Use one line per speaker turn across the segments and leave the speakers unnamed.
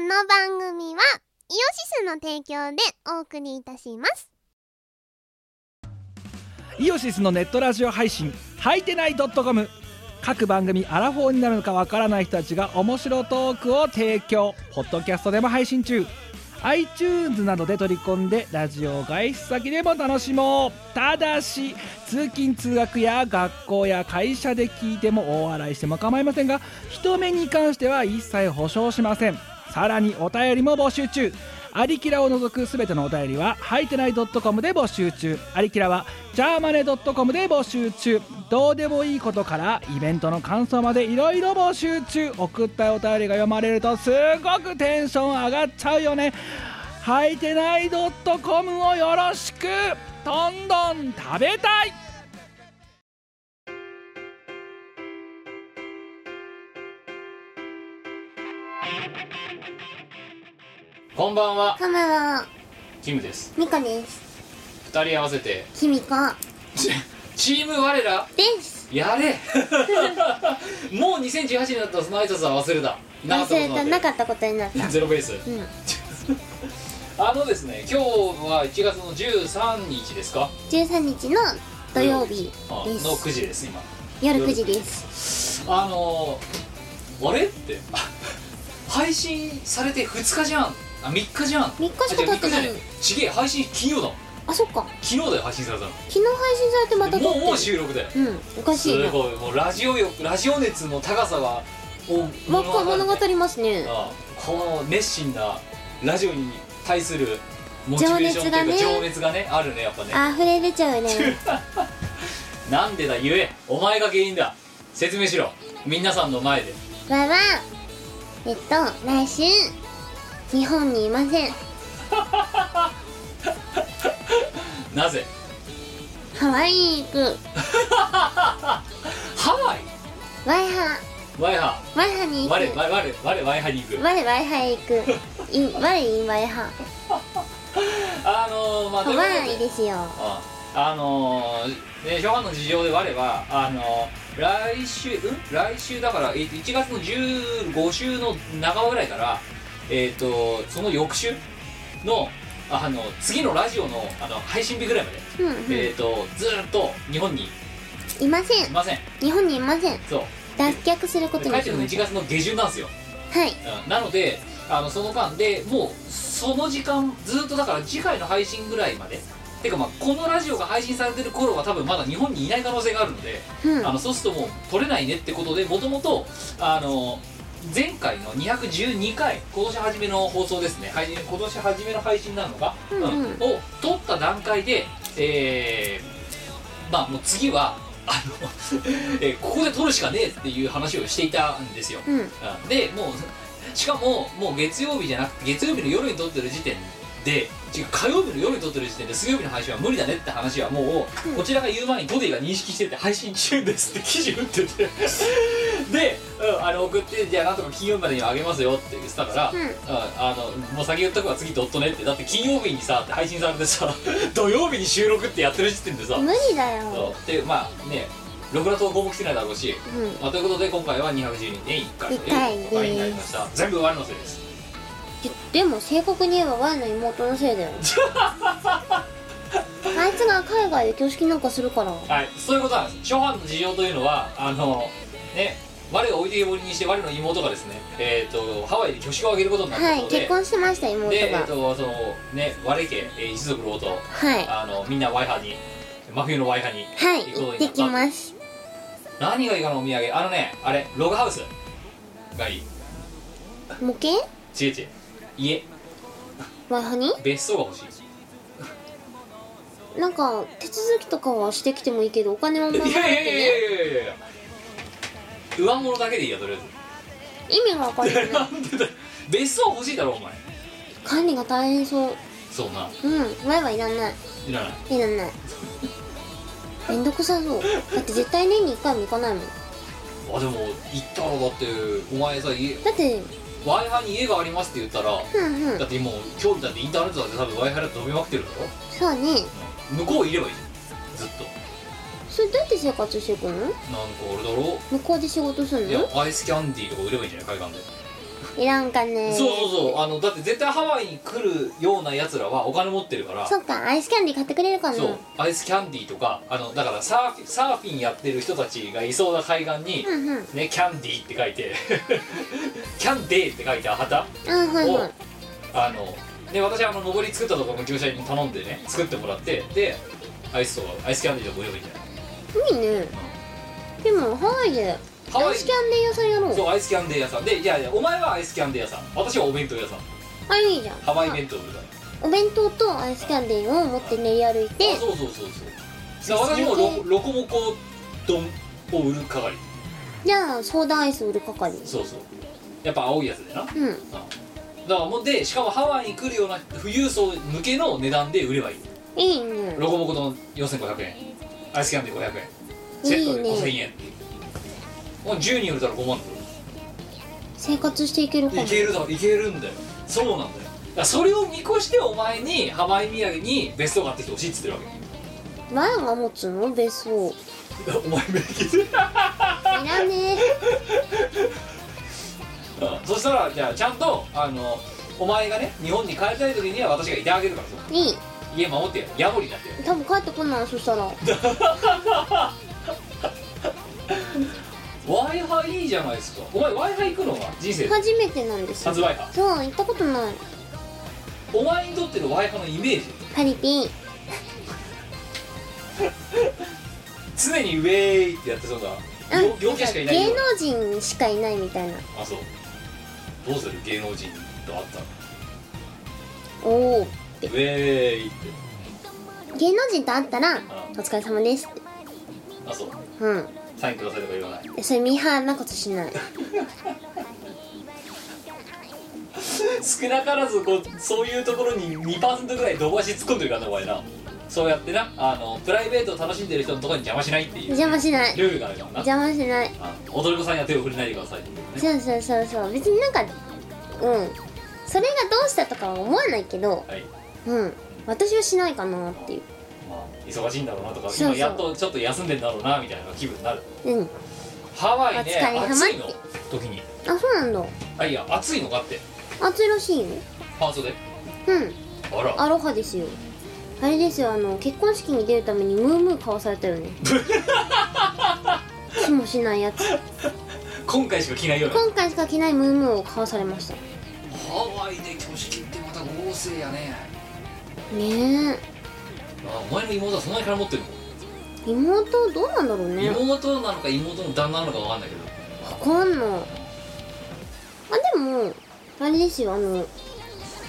の番組はイオシスの提供でお送りいたします
イオシスのネットラジオ配信「はいてない .com」各番組アラフォーになるのかわからない人たちが面白トークを提供ポッドキャストでも配信中 iTunes などで取り込んでラジオ外出先でも楽しもうただし通勤通学や学校や会社で聞いても大笑いしても構いませんが人目に関しては一切保証しませんさらにお便りも募集中アリキラを除くすべてのお便りは、はいてない .com で募集中。アリキラは、ジャーマネ .com で募集中。どうでもいいことから、イベントの感想までいろいろ募集中。送ったお便りが読まれると、すごくテンション上がっちゃうよね。はいてない .com をよろしくどんどん食べたい
こんばんは
こんばんは
キムです
ミコです
二人合わせて
キミコ
チチーム我ら
です
やれもう2018年だったらその挨拶は忘れたなかった
忘
こと
れ
にな
た
って
なかったことになった
ゼロベース
うん
あのですね今日は1月の13日ですか
13日の土曜日
あ
です
の9時です今
夜9時です
あのー、あれって あ配信されて2日じゃんあ3日じゃん
3日しか経ってない
あ違う3日じゃねえちげえ配信金曜だ
あそっか
昨日だよ配信されたの
昨日配信されてまた撮っ
も
て
う
る
もう収録だよ
うんおか
す
しいな
ごいもうラジオ欲ラジオ熱の高さはもう
もう一回物語りますね
ああこの熱心なラジオに対するモチベーションという
情
か
熱がね
情熱がねあるねやっぱね
あ溢れ出ちゃうね
なんでだ言えお前が原因だ説明しろ皆さんの前で
わわえっと来週日本にいません
なぜ
ハワイに行く
ハワイ
ワイハ
ワイハ
ワイハに行
我
く
我我我ワイハに行
我
く
ワイハへ行くい我インワイハ
あのー、まあと
ハ
い
ワ
うことで
イですよ
ああのー、ね初版の事情で我はあのー来週うん来週だからえ1月の15週の半ばぐらいからえっ、とその翌週のああの次のラジオのあの配信日ぐらいまで、
うんうん
えっ、とずーっと日本にい
いません
ません
日本にいません
そう
脱却すること
で
に
帰っ
し
てくるの
ま
1
し
月の下旬なんですよ、
たはい
うん、なのであのその間でもうその時間ずーっとだから次回の配信ぐらいまでてかまあこのラジオが配信されてる頃は多分まだ日本にいない可能性があるので、
うん
あのそうするともう取れないねってことでもともとあの前回の212回今年初めの放送ですね配信今年初めの配信なのか、
うんうん
を取った段階でえー、まあもう次はあの、 えーここで取るしかねえっていう話をしていたんですよ、
うん
うんでもう しかももう月曜日じゃなくて月曜日の夜に撮ってる時点で違う火曜日の夜に撮ってる時点で水曜日の配信は無理だねって話はもう、こちらが言う前にトディが認識してて配信中ですって記事打ってて で、うん、あの送ってじゃあなんとか金曜日までにはあげますよって言ってたから、
うん
あのもう先言っとくわ次ドットねってだって金曜日にさって配信されてさ 土曜日に収録ってやってる時点でさ、
無理だ
そ
よ
うでまあねろくな投稿も来てないだろうし、
うん
まあ、ということで今回は212年1回ということになりました全部ワンのせいです
ででも正確に言えばワイの妹のせいだよ あいつが海外で挙式なんかするから
はいそういうことなんです初版の事情というのはあのね我を置いてけぼりにして我の妹がですねえっ、とハワイで挙式を挙げることになった
はい
ことで、
結婚してました妹
でえっ、
が
とそのね我家、えー一族老と
はい
あのみんなワイハーに真冬のワイハーに
はい
行
行
くこ
っ
とに
て
な
き
った
ます
何がいいかなお土産あのねあれログハウスがいい
模型
ちえちえ家
ワイハに
別荘が欲しい
なんか手続きとかはしてきてもいいけどお金はも
い
ら
や
わなく
いや
て
いやいや
ね
いやいやいや上物だけでいいやとりあえず
意味がわかんない
なんでだ別荘欲しいだろお前
管理が大変そう
そんな
うんワイはいらない
いらない
いらないめんどくさそうだって絶対年に1回も行かないもん
あでも行ったらだってお前さ家
だって
w i f i に家がありますって言ったら
ふんふん
だってもう興味だってインターネットだって多分 w i f i だって飛びまくってるだ
そうね
ろ向こういればいいじゃんずっと
それどうやって生活していくの
なんか俺だろ
向こうで仕事する
いや
の
アイスキャンディーとか売ればいいんじゃない海岸で
いらんかね
そうそうそうあのだって絶対ハワイに来るようなやつらはお金持ってるから
そっかアイスキャンディー買ってくれるかな
そうアイスキャンディーとかあのだからサーフィンサーフィンやってる人たちがいそうな海岸に、
うんうん
ね、キャンディーって書いて キャンデーって書いた旗を、
うんはいはい
あので私あの上り作ったところの業者に頼んでね作ってもらってでアイスとかアイスキャンディーとか用意じゃない
いいねでもハワイで
ハ
ア
ワ
イ
イ
スキャンディー屋さんやろ
そううアイスキャンデー屋さんでいやいやお前はアイスキャンデー屋さん私はお弁当屋さん
あいいじゃん
ハワイ弁当売るから
お弁当とアイスキャンディーを持って練り歩いて
あそうそうそうそうだから私もロロコモコ丼を売る係
じゃあソーダアイス売る係
そうそうやっぱ青いやつでな
うん
だからもうでしかもハワイに来るような富裕層向けの値段で売ればいい
いいね
ロコモコ丼4500円アイスキャンディー500円セットで5000円
い
もう10人売れたら5万だよ
生活していけるかも
いけるだいけるんだよそうなんだよだからそれを見越してお前にハワイ土産に別荘買ってきてほしいっつってるわ
前が持つの別荘い
け お前めっきず
らね
うんそしたらじゃあちゃんとあのお前がね日本に帰りたい時には私がいてあげるからその
えいい
家守ってよヤモリになってよ
多分帰ってこないそしたら
w i f i いいじゃないですかお前 w i f i 行くのが人生
初めてなんですよ
発売派
そう行ったことない
お前にとっての w i f i のイメージ
パリピン
常にウェーイってやってそうだ
うん
よ陽キャしかいない
芸
よ
能人しかいないみたいな
あそうどうする芸能人と会ったら
おお
ウェーイって
芸能人と会ったら「お疲れ様です」って
あそう
うん
サインくださいとか言わない
えそれミーハーなことし ない
少なからずこうそういうところに2%ぐらい土橋突っ込んでるからなお前なそうやってなあのプライベートを楽しんでる人のところに邪魔しないっていう
邪魔しない
ルールがあるからな
邪魔しない
あの踊り子さんには手を振りないでくださいっていうね
そうそうそうそう別になんかうんそれがどうしたとかは思わないけど
はい
うん私はしないかなっていう
まあ忙しいんだろうなとか
そうそう
今やっとちょっと休んでんだろうなみたいな気分になる
うん
ハワ
お
イね
疲れ様
暑いの時に
あそうなんだ
あいや暑いのかって
暑いらしいよ
半袖
うん
あら
アロハですよあれですよあの結婚式に出るためにムームー買わされたよねしもしないやつ
今回しか着ないような
今回しか着ないムームーを買わされました
ハワイで挙式ってまた豪勢やね
ね
あお前の妹はそんなに金持ってるの、
え妹どうなんだろうね
妹なのか妹の旦那なのかわかんないけど
わかんないあでもあれですよあの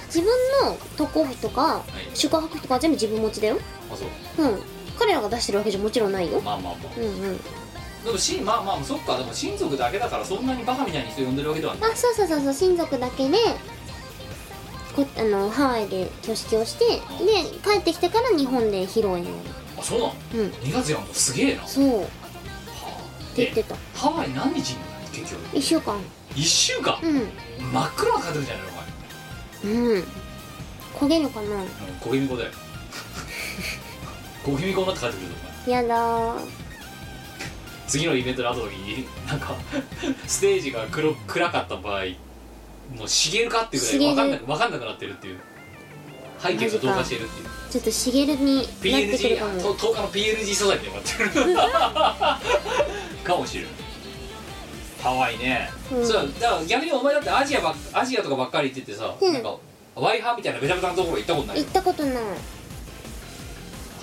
自分の渡航費とか
い
宿泊費とかは全部自分持ちだよ
あそう
うん彼らが出してるわけじゃもちろんないよ
まあまあま
うんうん
あでもしまあまあそっかでも親族だけだからそんなにバカみたいに人呼んでるわけではない
あそうそうそうそう親族だけでこあのハワイで挙式をしてで帰ってきてから日本で披露宴をや
あそうなの
るうん
2月やんのすげえなは
そうって
あ
言って
で
た
ハワイ何日になるの結局
1週間
1週間
うん
真っ暗な家庭じゃないのお前
うん焦げるかな
うん小気味 子だよ小気味子になって帰ってくるぞお前
やだー
次のイベントの後の時になんか ステージが黒暗かった場合もう茂るかっていうぐらい分かんなく分かんなくなってるっていう背景が同化してるっていう
ちょっと茂るになってくる
PLG
か
あ
も
と10日の PLG 素材みたいになってる かもしれないハワイね、
うん
そうだから逆にお前だってアジアばっアジアとかばっかり行っててさ、
うん
なんかワイハーみたいなベタベタなところ行ったことない
行ったことない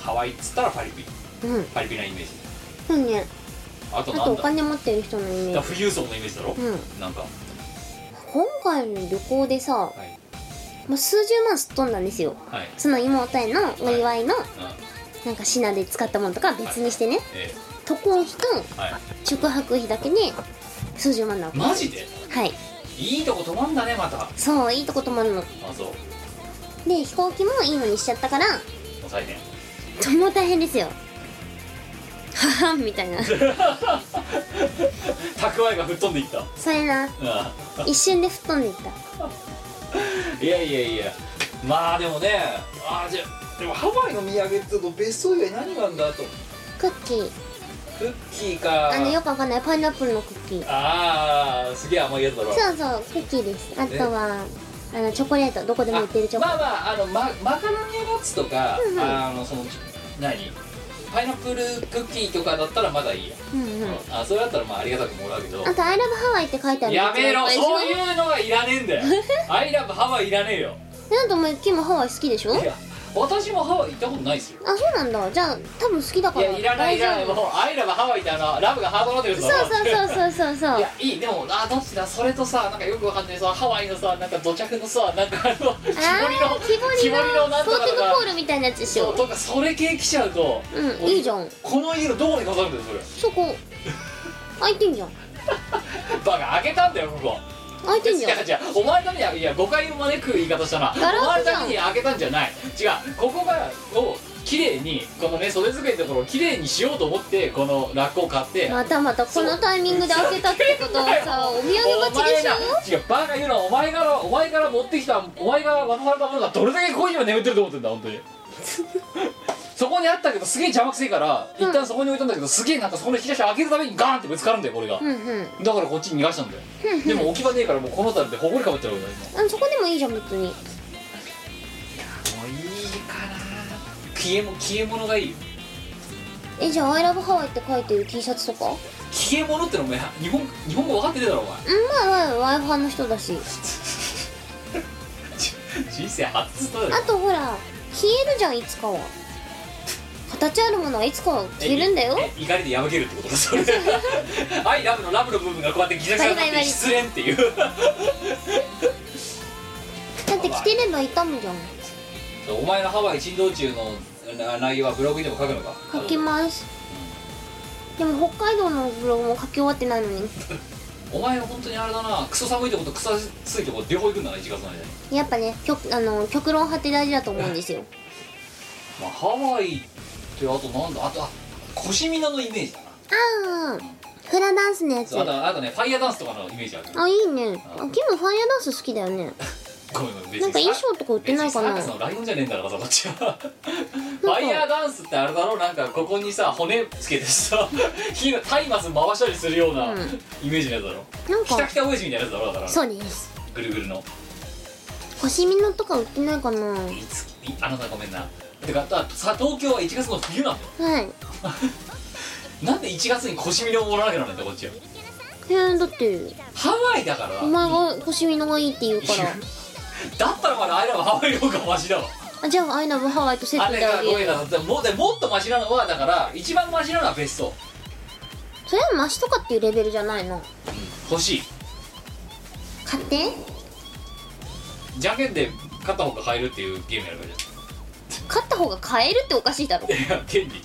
ハワイっつったらパリピ
うん
パリピなイメージ
そうね
あと
あ
な
とお
んだだか
金持ってる人のイメ
ら
ージ
富裕層のイメージだろ、
うん
なんか、は
今回の旅行でさ、
い
まあ、数十万すっ飛んだんですよ
はい
その妹へのお祝いの
うん
なんか品で使ったものとかは別にしてね
え
渡航費と
えはい
宿泊費だけで数十万なわけ
マジで
はい
いいとこ泊まんだねまたあ
そういいとこ泊まるの
そう
で飛行機もいいのにしちゃったから
抑えて
ともう大変ですよははんみ たいな
蓄えが吹っ飛んでいった、う
それなん一瞬で吹っ飛んでいった
いやいやいやまあでもねあーじゃあでもハワイの土産って言うと別荘以外何があんだと
クッキー
クッキーか
あのよくわかんないパイナップルのクッキー
ああすげえ甘いやつだろ
そうそうクッキーですあとはあのチョコレートどこでも売ってるチョコ
まあまああのママカロニナッツとか、
うんうん
あのその何パイナップルクッキーとかだったらまだいいや、
うんうん
あそれだったらまあありがたくもらうけど
あと「アイラブハワイ」って書いてある
やめろ
一番
そういうのはいらねえんだよ アイラブハワイいらねえよ
なんとお前キムハワイ好きでしょ
いや私もハワイ行ったことないですよ
あそうなんだじゃあ多分好きだ
い
から
やいらないいらないもうアイラブハワイってあのラブがハードローテル
そう
だ
そうそうそうそうそう
いやいいでもあどっちだそれとさなんかよくわかんないさハワイのさなんか土着のさなんかあの木彫り
あ
の
ー木彫りの
なんと
ポー
か
ティン
と
グ
か
ポールみたいなやつでし
そう
ょ
とかそれ系来ちゃうと、
うん
も
いいじゃん
この色どこに飾るんだよ
そこ開いてんじゃん
それバカ開けたんだよここ
開いてんじゃん
違う違うお前のためにはいや誤解を招く言い方したなお
ガ
前
ラスじゃん
のために開けたんじゃない違うここがを綺麗にこのね袖付けのところを綺麗にしようと思ってこのラッコを買って、
またまたこのタイミングで開けたってことはさお土産
お
待ちで
前
しょ
が違うバカ言うなお前からお前から持ってきたお前が渡されたものがどれだけここに今眠ってると思ってん だ本当にそこにあったけどすげえ邪魔くせえから一旦そこに置いたんだけど、すげえなんかそこの引き出し開けるためにガーンってぶつかるんだよこれが、
うんうん
だからこっちに逃がしたんだよでも置き場ねえからもうこの辺りでほこりかぶっちゃうから
あそこでもいいじゃん別に
今もういいかな消えも消え物がいいよ
えじゃあ「アイラブハワイ」って書いてる T シャツとか
消え物ってのも日本日本語分かってねえだろお前
うんまあまあワイファンの人だし
人生初だよ
あとほら消えるじゃんいつかは形あるものはいつかは消えるんだよ
ええ怒りで破けるってことだそ れアイラブのラブの部分がこうやってギザギザに
バ
なっ
リバリバ
て
リ
失恋っていう
だって着てれば痛むじゃん
お前のハワイ珍道中のな内容はブログにでも書くのか
書きますでも北海道のブログも書き終わってないのに
お前は本当にあれだなクソ寒いとことクソ暑いとこ両方行くんだな1月の間に、
やっぱね極あの極論派って大事だと思うんですよ
まあ、ハワイってあとなんだあとあ腰みなのイメージだな
ああフラダンスのやつ
そうあとあとねファイヤーダンスとかのイメージある
あいいねあキムファイヤーダンス好きだよね
ごめんごめん別に
なんか衣装とか売ってないかな
別にサーカスのライオンじゃねえんだからさこっちはファイヤーダンスってあれだろなんかここにさ骨つけ てさ火の松明回したりするような
うん
イメージのやつだろ
なん
きた
か
きた親父みたいなやつだろだから
そうです
ぐるぐるの
星見のとか売ってないかなはい
ついあのさごめんなてかあとさ東京は1月の冬なんだよ
い
なんで1月に腰身をもらわなきゃならないんだこっちは
えー、だって
ハワイだから
お前が星見のがいいって言うか
い や
ら
だったらまだアイラブハワイの方がマシだわ
あじゃあアイラブハワイとセッ
あ
ト
れ
であ
が
げ
ごめん
る
なさいもうでもっとマシなのはだから一番マシなのは別荘
それはマシとかっていうレベルじゃないの
欲しい
買って
じゃんけんで勝った方が買えるっていうゲームやるからじ
買った方が買えるっておかしいだろ
ゃんいや権利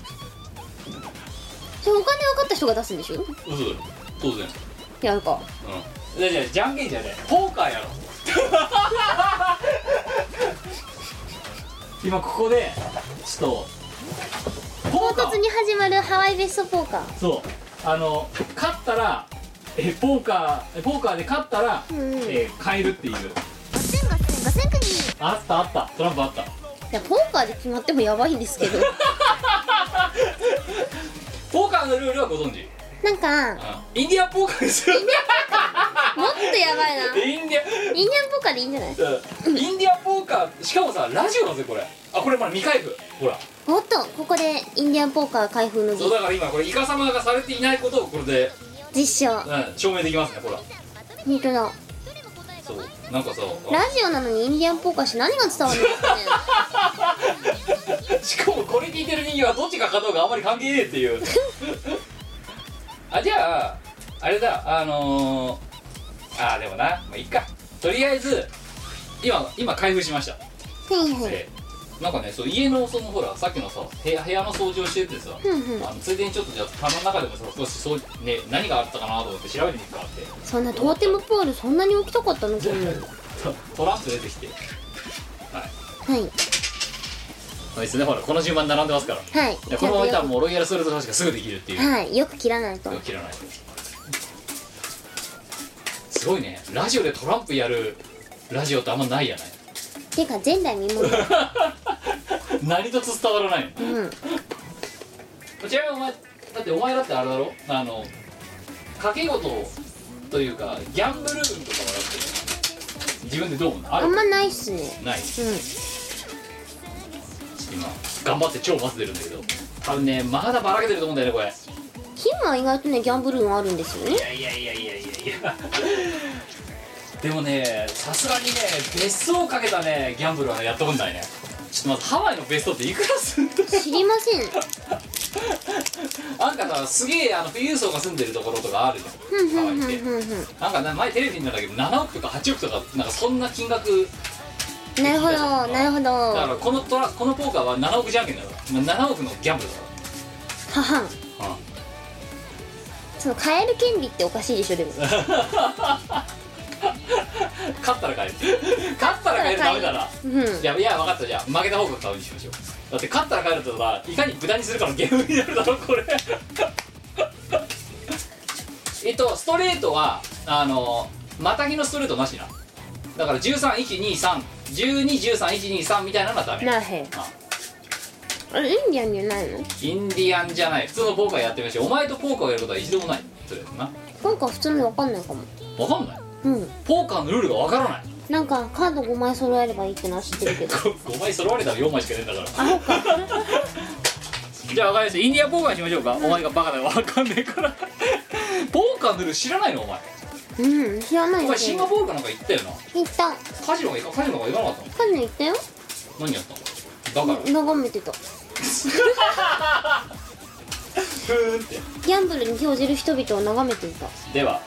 それお金分かった人が出すんでしょ
嘘だよ当然
やるか
うんじゃあじゃあじゃんけんじゃねえポーカーやろ今ここでちょっとポ
唐
ーカ
突
ー
に始まるハワイベストポーカー
そうあの勝ったらえポーカーえポーカーで勝ったら、
うん
えー買えるっていう
5 0 0 0 5 0 0 0 5 0 0 0国
あったあったトランプあった
いやポーカーで決まってもやばいんですけ ど
ポーカーのルールはご存知、うん、
なんか
インディアンポーカーですよ
もっとやばいな
インディアン
人間ポーカーでいいんじゃない
うんインディアンポーカーしかもさラジオだぜこれあこれまだ未開封ほら
おっとここでインディアンポーカー開封の
そうだから今これイカ様がされていないことをこれで、
実証
うん、証明できますねほら
本当だ
そうなんかさ
ラジオなのにインディアンポーカーして何が伝わるんですかね
あしかもこれ聞いてる人間はどっちが勝とうかあんまり関係ねえっていうあじゃああれだあのー、あーでもなまあいいかとりあえず今今開封しました
はいはい
でなんかねそう家のそのほらさっきのさ部屋部屋の掃除をしててさ、
ふんふん
あのついでにちょっとじゃあ棚の中でもさ少しそう、ね、何があったかなと思って調べてみるかって
そんなトーテムポールそんなに起きたかったの君はい
トトランプ出てきてはいそうですねほらこの順番に並んでますからい
はい
やこのままいったら
ち
もうロイヤルストレートファシがすぐできるってい
ゃんと
う
はいよく切らないと
切らないすごいねラジオでトランプやるラジオってあんまないやない
ていうか前代未聞だ
何とつ伝わらないの
うん
こちらがお前だってお前だってあれだろあの賭け事というかギャンブル運とかはだって自分でどう思うのあ
あん
る
まないっすね
ない
うん
今頑張って超バズ出るんだけど多分ねまだばらけてると思うんだよねこれ
キムは意外とねギャンブル運あるんですよね
いやいやいやいやいやいやでもねさすがにね別荘をかけたねギャンブルはねやったことないねちょっとまずハワイの別荘っていくらす んだ
知りません
なんかさすげえあの富裕層が住んでるところとかあるじ
ふん
ゃ
ふ
んハワイ
んふ
っ
ん
て
ふんふん
なんかね前テレビになったけど7億とか8億とかなんかそんな金額
なるほどなるほど
だか
は
らこのトラこのポーカーは7億じゃんけんだろ7億のギャンブルだ
はん
ろ、
その買える権利っておかしいでしょでも
勝ったら買える勝ったら買えるダメだな
うん
いやいや分かったじゃあ負けた方が買うにしましょうだって勝ったら買えるってことはいかに豚にするかのゲームになるだろこれ えっとストレートはあのまたぎのストレートなしなだから131231213123123みたいなのはダメ
なあへん
あ
あれインディアンじゃないの
インディアンじゃない普通のポーカーやってみましょうお前とポーカーをやることは一度もないそれな
今回普通のわかんないかも
分かんない
うん
ポーカーのルールが分からない
なんかカード5枚揃えればいいってのは知ってるけど
5枚揃われたら4枚しか出んだからじゃあ分かりましたインディアンポーカーにしましょうか、お前がバカだよ分かんねえからポーカーのルール知らないのお前
うん知らな
お
い
前シンガ
行
ポールかなんか行ったよな
った
カジノが行かカジノが行かなかったの
カジノ行ったよ
何やったのだから
眺めてた
ふーんって
ギャンブルに興じる人々を眺めていた
では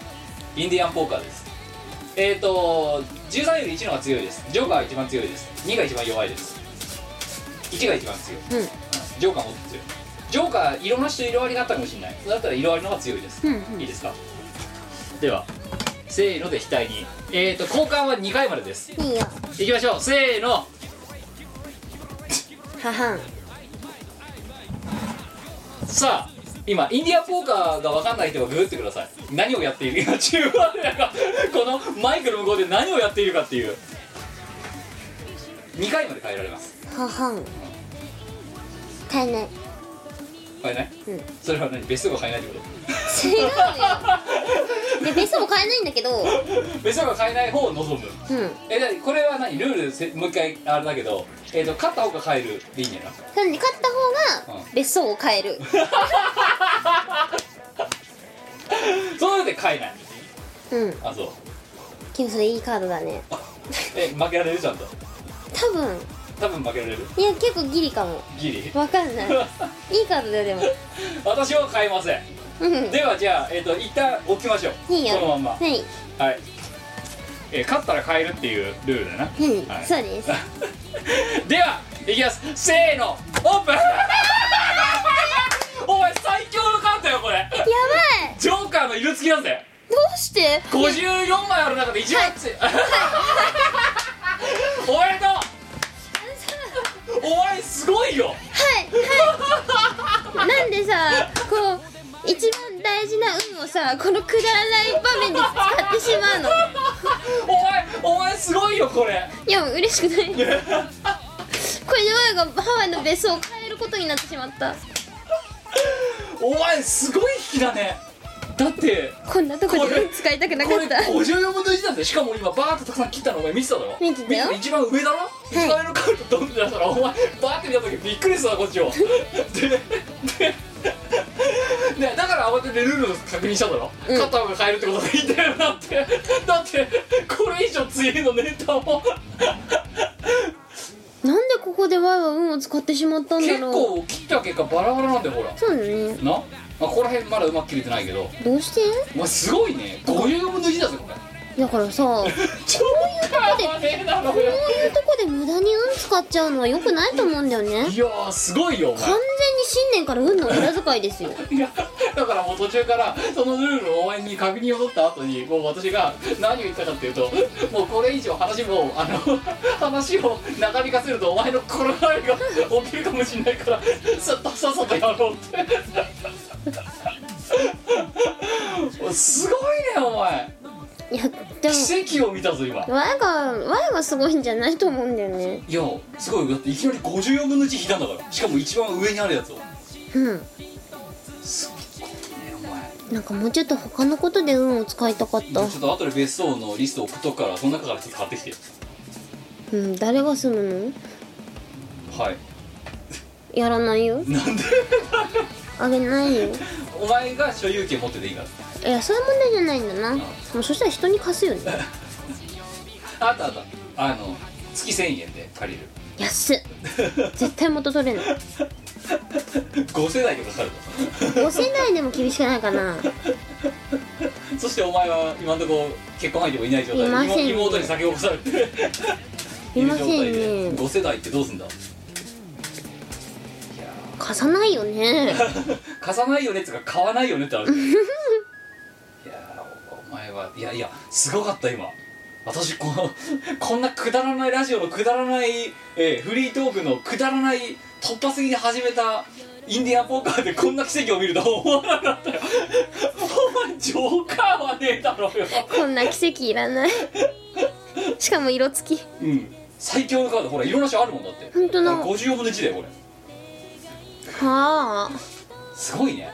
インディアンポーカーですえっ、ー、と13より1の方が強いですジョーカーは一番強いです2が一番弱いです1が一番強い
うん
ジョーカーもっと強いジョーカー色なしと色ありがあったかもしれないだったら色ありの方が強いです、
うんうん
いいですかではせーので額にえっ、ー、と交換は2回までです
いいよ
いきましょうせーの
ははん
さあ今インディアンポーカーが分かんない人がググってください何をやっているか中盤がこのマイクの向こうで何をやっているかっていう2回まで変えられます
ははん買えない
変えない、
うん
それは何別荘が変えないってこと
違 うよでベストも買えないんだけどう
別荘が変えない方を望む
ん
えだってこれは何ルールせもう一回あれだけど、えー、と勝った方が変えるでいいんやな
なんで買った方が別荘を買える
そうやって変えない
うん
あそう
キムそれいいカードだね
え負けられるちゃんと
多分
多分負けられる
いや結構ギリかも
ギリ
わかんないいいカードだよでも
私は変えません
うん
ではじゃあ、えー、と一旦置きましょう
いいよ
このまんま
はい
はい、えー勝ったら変えるっていうルールだな、
うん
はい
そうです
ではいきますせーのオープン お前最強のカードよこれ
やばい
ジョーカーの色付きなんだよ
どうして
54枚ある中で一番強い おめでとうお前すごいよ
はいはいなんでさこう一番大事な運をさこのくだらない場面で使ってしまうの
お前お前すごいよこれ
いや嬉しくないこれで我がハワイの別荘を変えることになってしまった
お前すごい引きだねだって
こんなとこで運使いたくなか
こ
っ
れ
た
54分の1なんだよしかも今バーッとたくさん切ったのお前見てただろ
見てたよ
見一番上だろ使えるカードどんどんだからお前バーッて見た時びっくりしたこっちをででね、だから慌ててルールを確認しただろ、
うん
勝った方が変えるってことでいいんだよなってだってこれ以上強いのネタも
なんでここで我は運を使ってしまったんだ
結
ろう
構切った結果バラバラなんだよほら
そうだね
な、まあ、ここら辺まだうまく切れてないけど
どうして
お前すごいね54分の1だぞこれ
だから さこう
超やべえだろよ
いうとこで無駄に運使っちゃうのは良くないと思うんだよね
いやーすごいよお前
完全に新年から運の無駄遣いですよ
いやだからもう途中からそのルールをお前に確認を取った後にもう私が何を言ったかっていうともうこれ以上話もあの 話を長引かせるとお前の心のが起きるかもしれないからさっとさっさとやろうってすごいねお前
いやでも
奇跡を見たぞ今
我が我がすごいんじゃないと思うんだよね
いやすごいだっていきなり54分の1引いたんだからしかも一番上にあるやつを
うん
す
なんかもうちょっと他のことで運を使いたかっ
ち
た
ょっと後で別荘のリスト送っとくからその中から一つ買ってきて
うん誰が住むの
はい
やらないよ
なんで
あげないよ
お前が所有権持ってていいから
いやそういう問題じゃないんだなもうそしたら人に貸すよね
あったあったあの月1000円で借りる
安っ絶対元取れない
5世代でかかる
5世代でも厳しくないかな
とそしてお前は今のところ結婚相手もいない状
いま
態
せん
で
ね
妹に先を越されて
いませ
状
んね
態で5世代ってどうすんだいや
貸さないよね
ー貸さないよねっつうか買わないよねってあるい やーお前はいやいやすごかった今私この こんなくだらないラジオのくだらない、えーフリートークのくだらない突発的に始めたインディアンポーカーでこんな奇跡を見るとは思わなかったよお前ジョーカーはねえだろうよ
こんな奇跡いらないしかも色付き
うん最強のカードほら色なしあるもんだって
ほんとだ
これ54分の1だよこれ
はあ
すごいね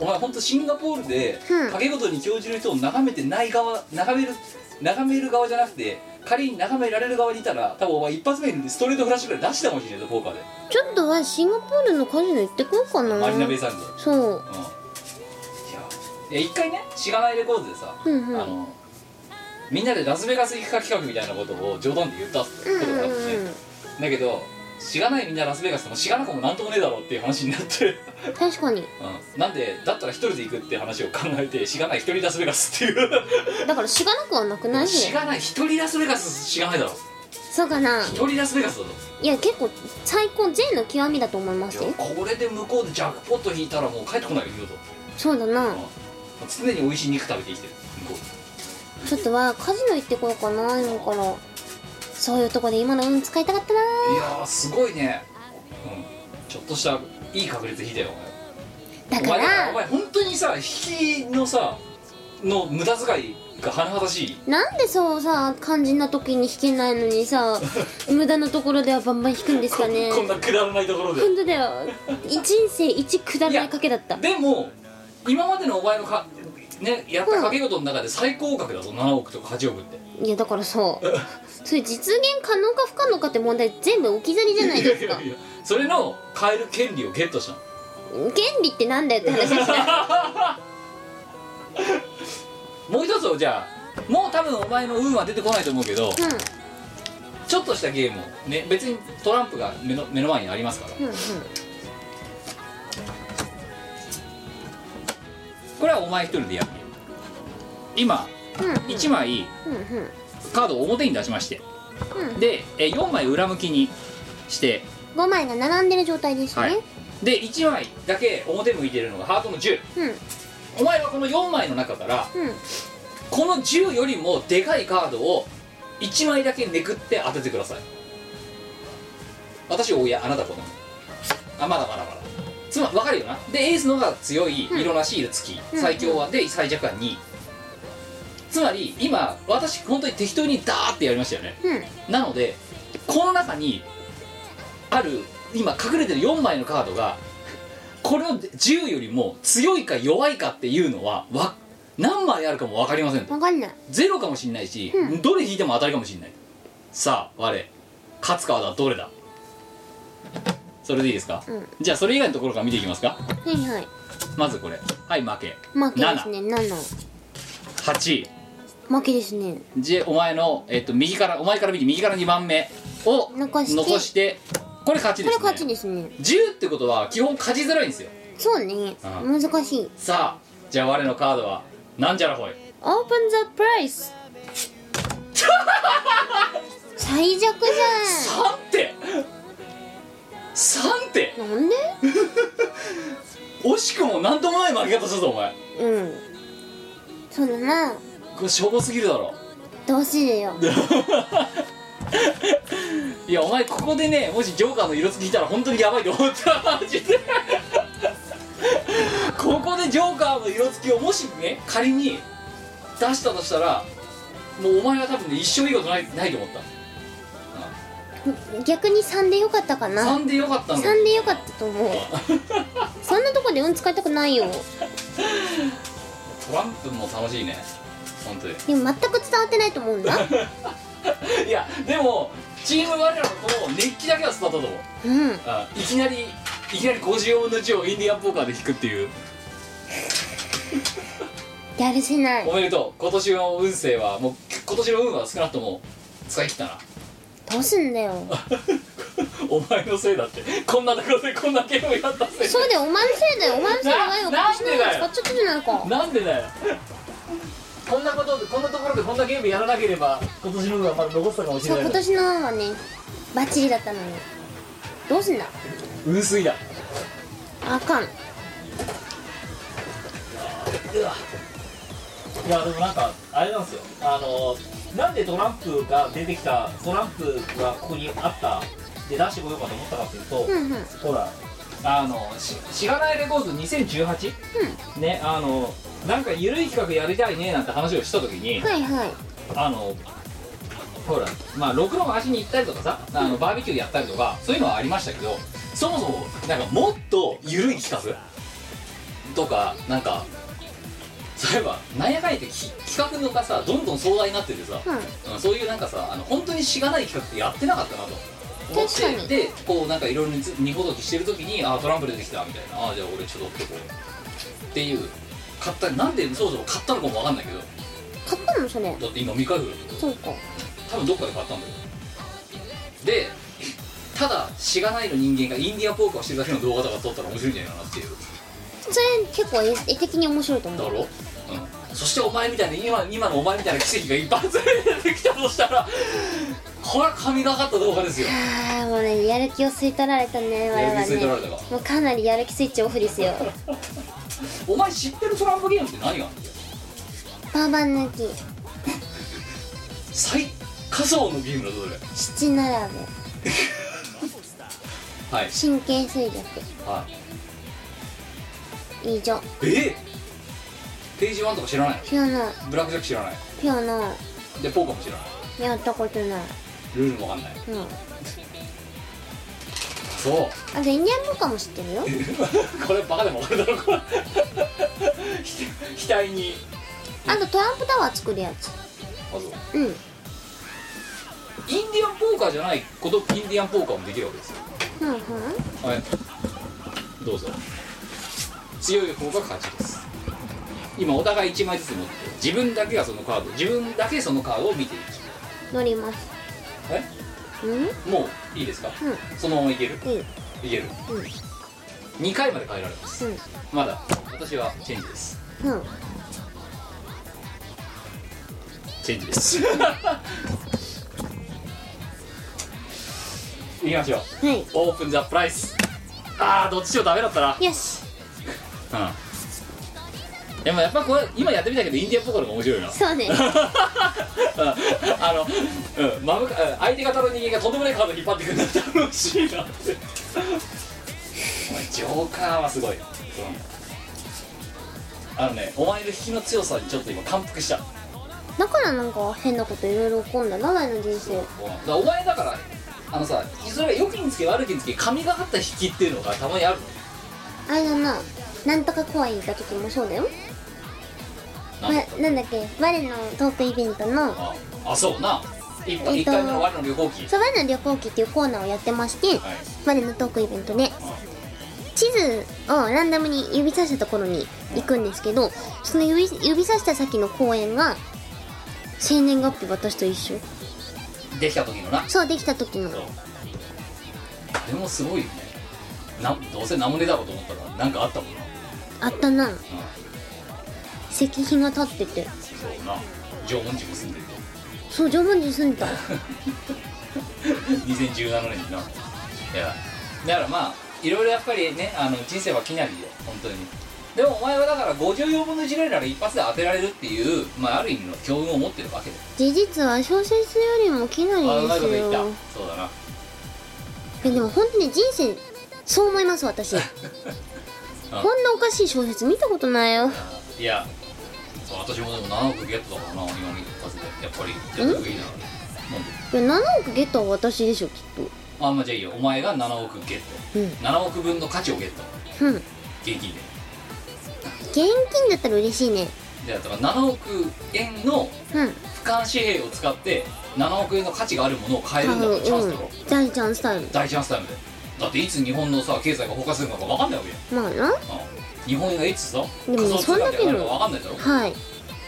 お前本当シンガポールで
うん
掛け事に興じる人を眺めてない側眺める眺める側じゃなくて仮に眺められる側にいたら多分お前一発目にストレートフラッシュぐらい出したかもしれないぞポーカーで、
ちょっとはシンガポールのカジノ行ってこうかな
マリナベイサンズ
そう
うんいやいや一回ねしがないレコードでさ、
うんうん
あのみんなでラスベガス行くか企画みたいなことを冗談で言ったこと
うん
があって、
うんうん
だけどしがないみんなラスベガスでもしがなくもなんともねえだろうっていう話になって
確かに
うんなんでだったら一人で行くって話を考えてしがない一人ラスベガスっていう
だからしがなくはなくない
しがない一人ラスベガスしがないだろ
そうかな
一人ラスベガスだぞ
いや結構最高税の極みだと思います
い
よ
やこれで向こうでジャックポット引いたらもう帰ってこないよ二度と
そうだな
うん常に美味しい肉食べて生きてる向こ
ちょっとはカジノ行ってこようかな今からそういうとこで今の運使いたかったな
ういやーすごいねうんちょっとしたいい確率引いたよ
だ
お
か
前お前だか
ら
らお前本当にさ引きのさの無駄遣いが甚だしい
なんでそうさ肝心な時に弾けないのにさ 無駄なところではバンバン弾くんですかね
こんなくだらないところで
本当だよ人生一くだらない賭けだった
でも今までのお前のか、ね、やった掛け事の中で最高額だぞ7億とか8億って
いやだからさそれ実現可能か不可能かって問題全部置き去りじゃないですか
いや それの買える権利をゲットしたの
原理ってなんだよって話だしな
もう一つをじゃあもう多分お前の運は出てこないと思うけど
う
ちょっとしたゲームを、ね、別にトランプが目の目の前にありますから
んうんうん
これはお前一人でやる今
うん
1枚
うんうん
カードを表に出しまして
うん
でえ4枚裏向きにして
5枚が並んでる状態ですね、
はいで1枚だけ表向いてるのがハートの10
うんうん
お前はこの4枚の中からこの10よりもでかいカードを1枚だけめくって当ててください私親あなた子供あまだまだまだつまり分かるよなでエースのが強い
うん
色なし色付き、
うん
最強はで最弱は2つまり今私本当に適当にダーってやりましたよね
うん
なのでこの中にある今隠れてる4枚のカードがこれの10よりも強いか弱いかっていうのはわ何枚あるかも分かりませんと
分かんない
ゼロかもしれないし、
うん
どれ引いても当たりかもしれないさあ我勝つかはどれだそれでいいですか、
うん
じゃあそれ以外のところから見ていきます
は
か
いはい
まずこれはい負け
負けですね7
78
負けですね
でお前の、えっと、右からお前から見て右から2番目を
残して
てこれ勝ち
こ
で
れ
すね
勝ちですね
10ってことは基本勝ちづらいんですよ
そうね
ああ
難しい
さあじゃあ我のカードはなんじゃらほい
オープンザプライス最弱じ
3点3点
ゃんなんで
惜しくも何ともない負け方したぞお前
うんそうだな
これしょぼすぎるだろ
どうしようよ
いやお前ここでねもしジョーカーの色付きいたら本当にヤバいと思ったマジで ここでジョーカーの色付きをもしね仮に出したとしたらもうお前は多分ね一生いいことないないと思った
逆に3でよかったかな
3でよかったの
3でよかったと思うそんなとこで運使いたくないよ
トランプも楽しいね本当に
でも全く伝わってないと思うんだ
いやでもチーム我らのこの熱気だけは伝わったと思う
うん
あいきなりいきなり54分の1をインディアンポーカーで引くっていう
やるせない
おめでとう今年の運勢はもう今年の運は少なくとも使い切ったな
どうすんだよ
お前のせいだってこんなところでこんなゲームやった せい
そうだよお前のせいだよお前のせいでお前がおかしなの使っちゃったじゃないか
なんでだよこんなことこんなところでこんなゲームやらなければ今年の運はまだ残ってたかもし
そ
れ
う
な
今
いの
年の案はねバッチリだったのにどうすんだ
運水だ
あかん
うわ
いやでもなんかあれなんですよあのなんでトランプが出てきたトランプがここにあったで出してこようかと思ったかっていうと、
うんうん
ほらあのししがないレコード 2018?、ねあのなんか緩い企画やりたいねなんて話をした時に
はいはい
あのほらまあろくろの足に行ったりとかさあのバーベキューやったりとかそういうのはありましたけど
そもそもなんかもっと緩い企画とかなんかそういえばなんやかんやってき企画とかさどんどん壮大になっててさ、
うん
うんそういうなんかさあの本当にしがない企画ってやってなかったなと思って
確かに
でこうなんかいろいろ煮ほどきしてる時にあートランプ出てきたみたいなあーじゃあ俺ちょっと取ってこうっていう買ったなんでそもそも買ったのかもわかんないけどだ
買ったのそれ
って今未開封だよ
そうか
多分どっかで買ったんだよで ただしがないの人間がインディアンポーカーをしてるだけの動画とか撮ったら面白いんじゃないかなっていう
それ結構絵絵的に面白いと
だ
思う
ろ、うん、そしてお前みたいな今今のお前みたいな奇跡がいっぱい連れてきたとしたら これは神がかった動画ですよ
ああもうねやる気を吸い取られたね我
や
々
る気吸い取られ
ね
たか
もうかなりやる気スイッチオフですよ
お前知ってるトランプゲームって何があるんだよ
バーバン抜き
最下層のゲームだぞそれ
七並べ
はい
神経衰弱
はい
以上
えー、ページワンとか知らない
ピアノ
のブラックジャック知らない
ピアノ
でポーカーも知らない
やったことない
ルールもわかんない
うん
そう
あとインディアンポーカーも知ってるよ
これバカでも分かるだろこれ ひ額に
あとトランプタワー作るやつ
あそう
うん
インディアンポーカーじゃないことインディアンポーカーもできるわけですよ
ふん
はいどうぞ強い方が勝ちです今お互い1枚ずつ持って自分だけがそのカード自分だけそのカードを見ていき
ふん乗ります
え
うん
もういいですか
う
そのままいける
んいい
いける
うん
2回まで変えられますまだ私はチェンジです
うんうん
チェンジです いきましょう
はい
オープンザプライスあーどっちしろダメだったな
よし
うんでもやっぱこれ今やってみたけどインディアンポーカーの方が面白いな
そうね
うんあの、うん、まぶかうん相手方の人間がとんでもないカード引っ張ってくるの楽しいなってお前ジョーカーはすごい、うんあのねお前の引きの強さにちょっと今感服した、うん
だからなんか変なこといろいろ起こんだなダイの人生
だからお前だからあのさそれが良きにつけ悪きにつけ神がかった引きっていうのがたまにある
あれだななんとか怖い行った時もそうだよ
の
ま、なんだっけ我のトークイベントの
ああそうな一
えっと
一回目の我の旅行記、
「そばの旅行記」っていうコーナーをやってまして
はい、
我のトークイベントで地図をランダムに指さしたところに行くんですけどその指指さした先の公園が生年月日私と一緒
できた時のな
そうできた時の
そうでもすごいよねなどうせ何もねえだろうと思ったらなんかあったもんな、
あったな
うん
石碑が立ってて
そうな縄文人も住んでる
そう縄文人住んでた
と2017年にないやだからまあいろいろやっぱりねあの人生はきなりで本当にでもお前はだから54分の1ぐらいなら一発で当てられるっていう、まあ、ある意味の強運を持ってるわけで、
事実は小説よりもきなり
あうまい
です
こと言った
よ
そうだな
えでも本当に人生そう思います 私こんなおかしい小説見たことないよ
いや私もでも7億ゲットだからな今の一発でやっぱりやっとくいいななんで
いや7億ゲットは私でしょきっ
あまあじゃあいいよお前が7億ゲット
とうん
7億分の価値をゲット
うん
現金で
現金だったら嬉しいね
でだから7億円の
うん
俯瞰紙幣を使って7億円の価値があるものを買えるんだからチャンスだろ、
うん大チャンスタイム
大チャンスタイムでだっていつ日本のさ経済が崩壊するのか分かんないわけや、
まあな
うん日本がいつさ
で
仮
もね
想通貨みたいにな
そんだけ
るか
の
分かんないだろ
はい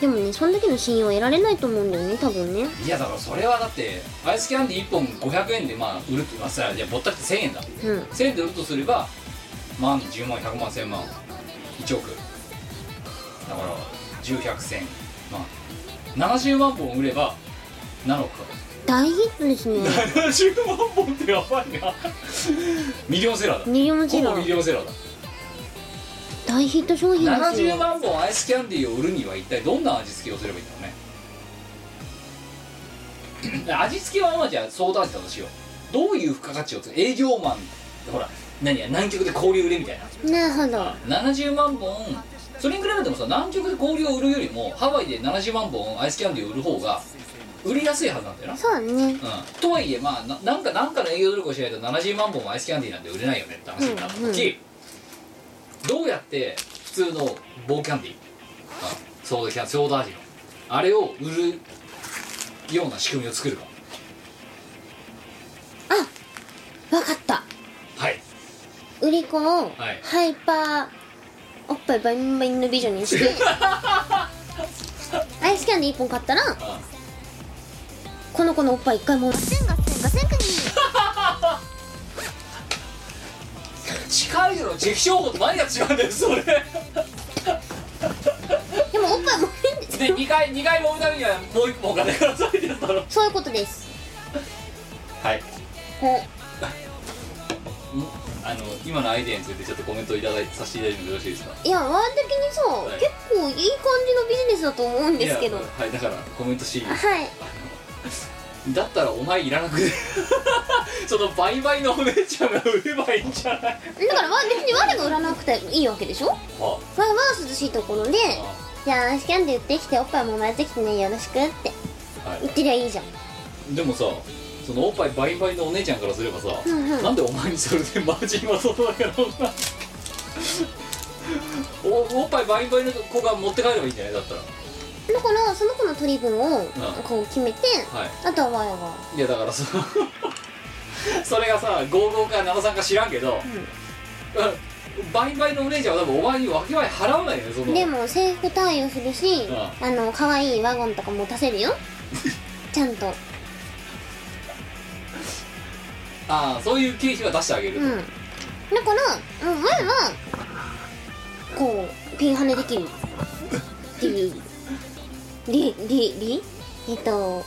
でもねそんだけの信用は得られないと思うんだよね多分ね
いやだからそれはだってアイスキャンディ1本500円でまあ売るってまあさじゃあぼったくて1000円だ
うん
1000円で売るとすれば万10万100万1000万1億だから101001000まあ70万本売れば7億か
大ヒットですね
70万本ってやばい なミリオンセラーだ
ミリオンセ
ほ
ラ
ぼミ
ー
リオンセラーだ
大ヒット商品です
70
よ
万本アイスキャンディーを売るには一体どんな味付けをすればいいんだろうね 味付けはまあじゃあ相談味だとしようどういう付加価値をつけ営業マンほら何や南極で氷売れみたい
なるほど
な70万本それに比べてもさ南極で氷を売るよりもハワイで70万本アイスキャンディーを売る方が売りやすいはずなんだよな
そうだね
うんとはいえまあななんかなんかの営業努力をしないと70万本もアイスキャンディーなんて売れないよねって話になった
うんうん
時、どうやって普通の棒キャンディーあソーダキャンソーダ味のあれを売るような仕組みを作るか
わかった
はい
売り子を
はい
ハイパーおっぱいバインバインの美女にして アイスキャンで1本買ったら
あ
この子のおっぱい1回もらってガッテンガッテンガッテンク
近いのチェキ商法と何が違うんだよそれで
ニーでもおっぱいもらえんです
2回2回も売るためにはもう1本お金くださいってやつだろ
そういうことです
はい
こ
あの今のアイデアについてちょっとコメントをいただいてさせていただいてもよろしいですか
ういやワー的にさ、
い
結構いい感じのビジネスだと思うんですけど
い
は
やはいだからコメントし
い
だったらお前いらなくて その倍々のお姉ちゃんが売ればいいんじゃない
だからわ別に我が売らなくていいわけでしょわ
あ
わ涼しいところで
あ
じゃあアイスキャンで売ってきておっぱいもらってきてねよろしくって
は
言ってりゃいいじゃん
いでもさそのおっぱい倍々のお姉ちゃんからすればさ、
うんうん
なんでお前にそれでマージンは外だからお おおっぱい倍々の子が持って帰ればいいんじゃないだったら
だからその子の取り分をこう決めて、
は
あとは我が
いいやだからそのそれがさ55か73か知らんけど、うん、倍々のお姉ちゃんは多分お前に分け前払わないよねその
でも制服対応するし、
う
あの可愛いワゴンとか持たせるよちゃんと
ああそういう経費は出してあげる、
うんだからもう前はこうピンハネできるっていうりりりえっと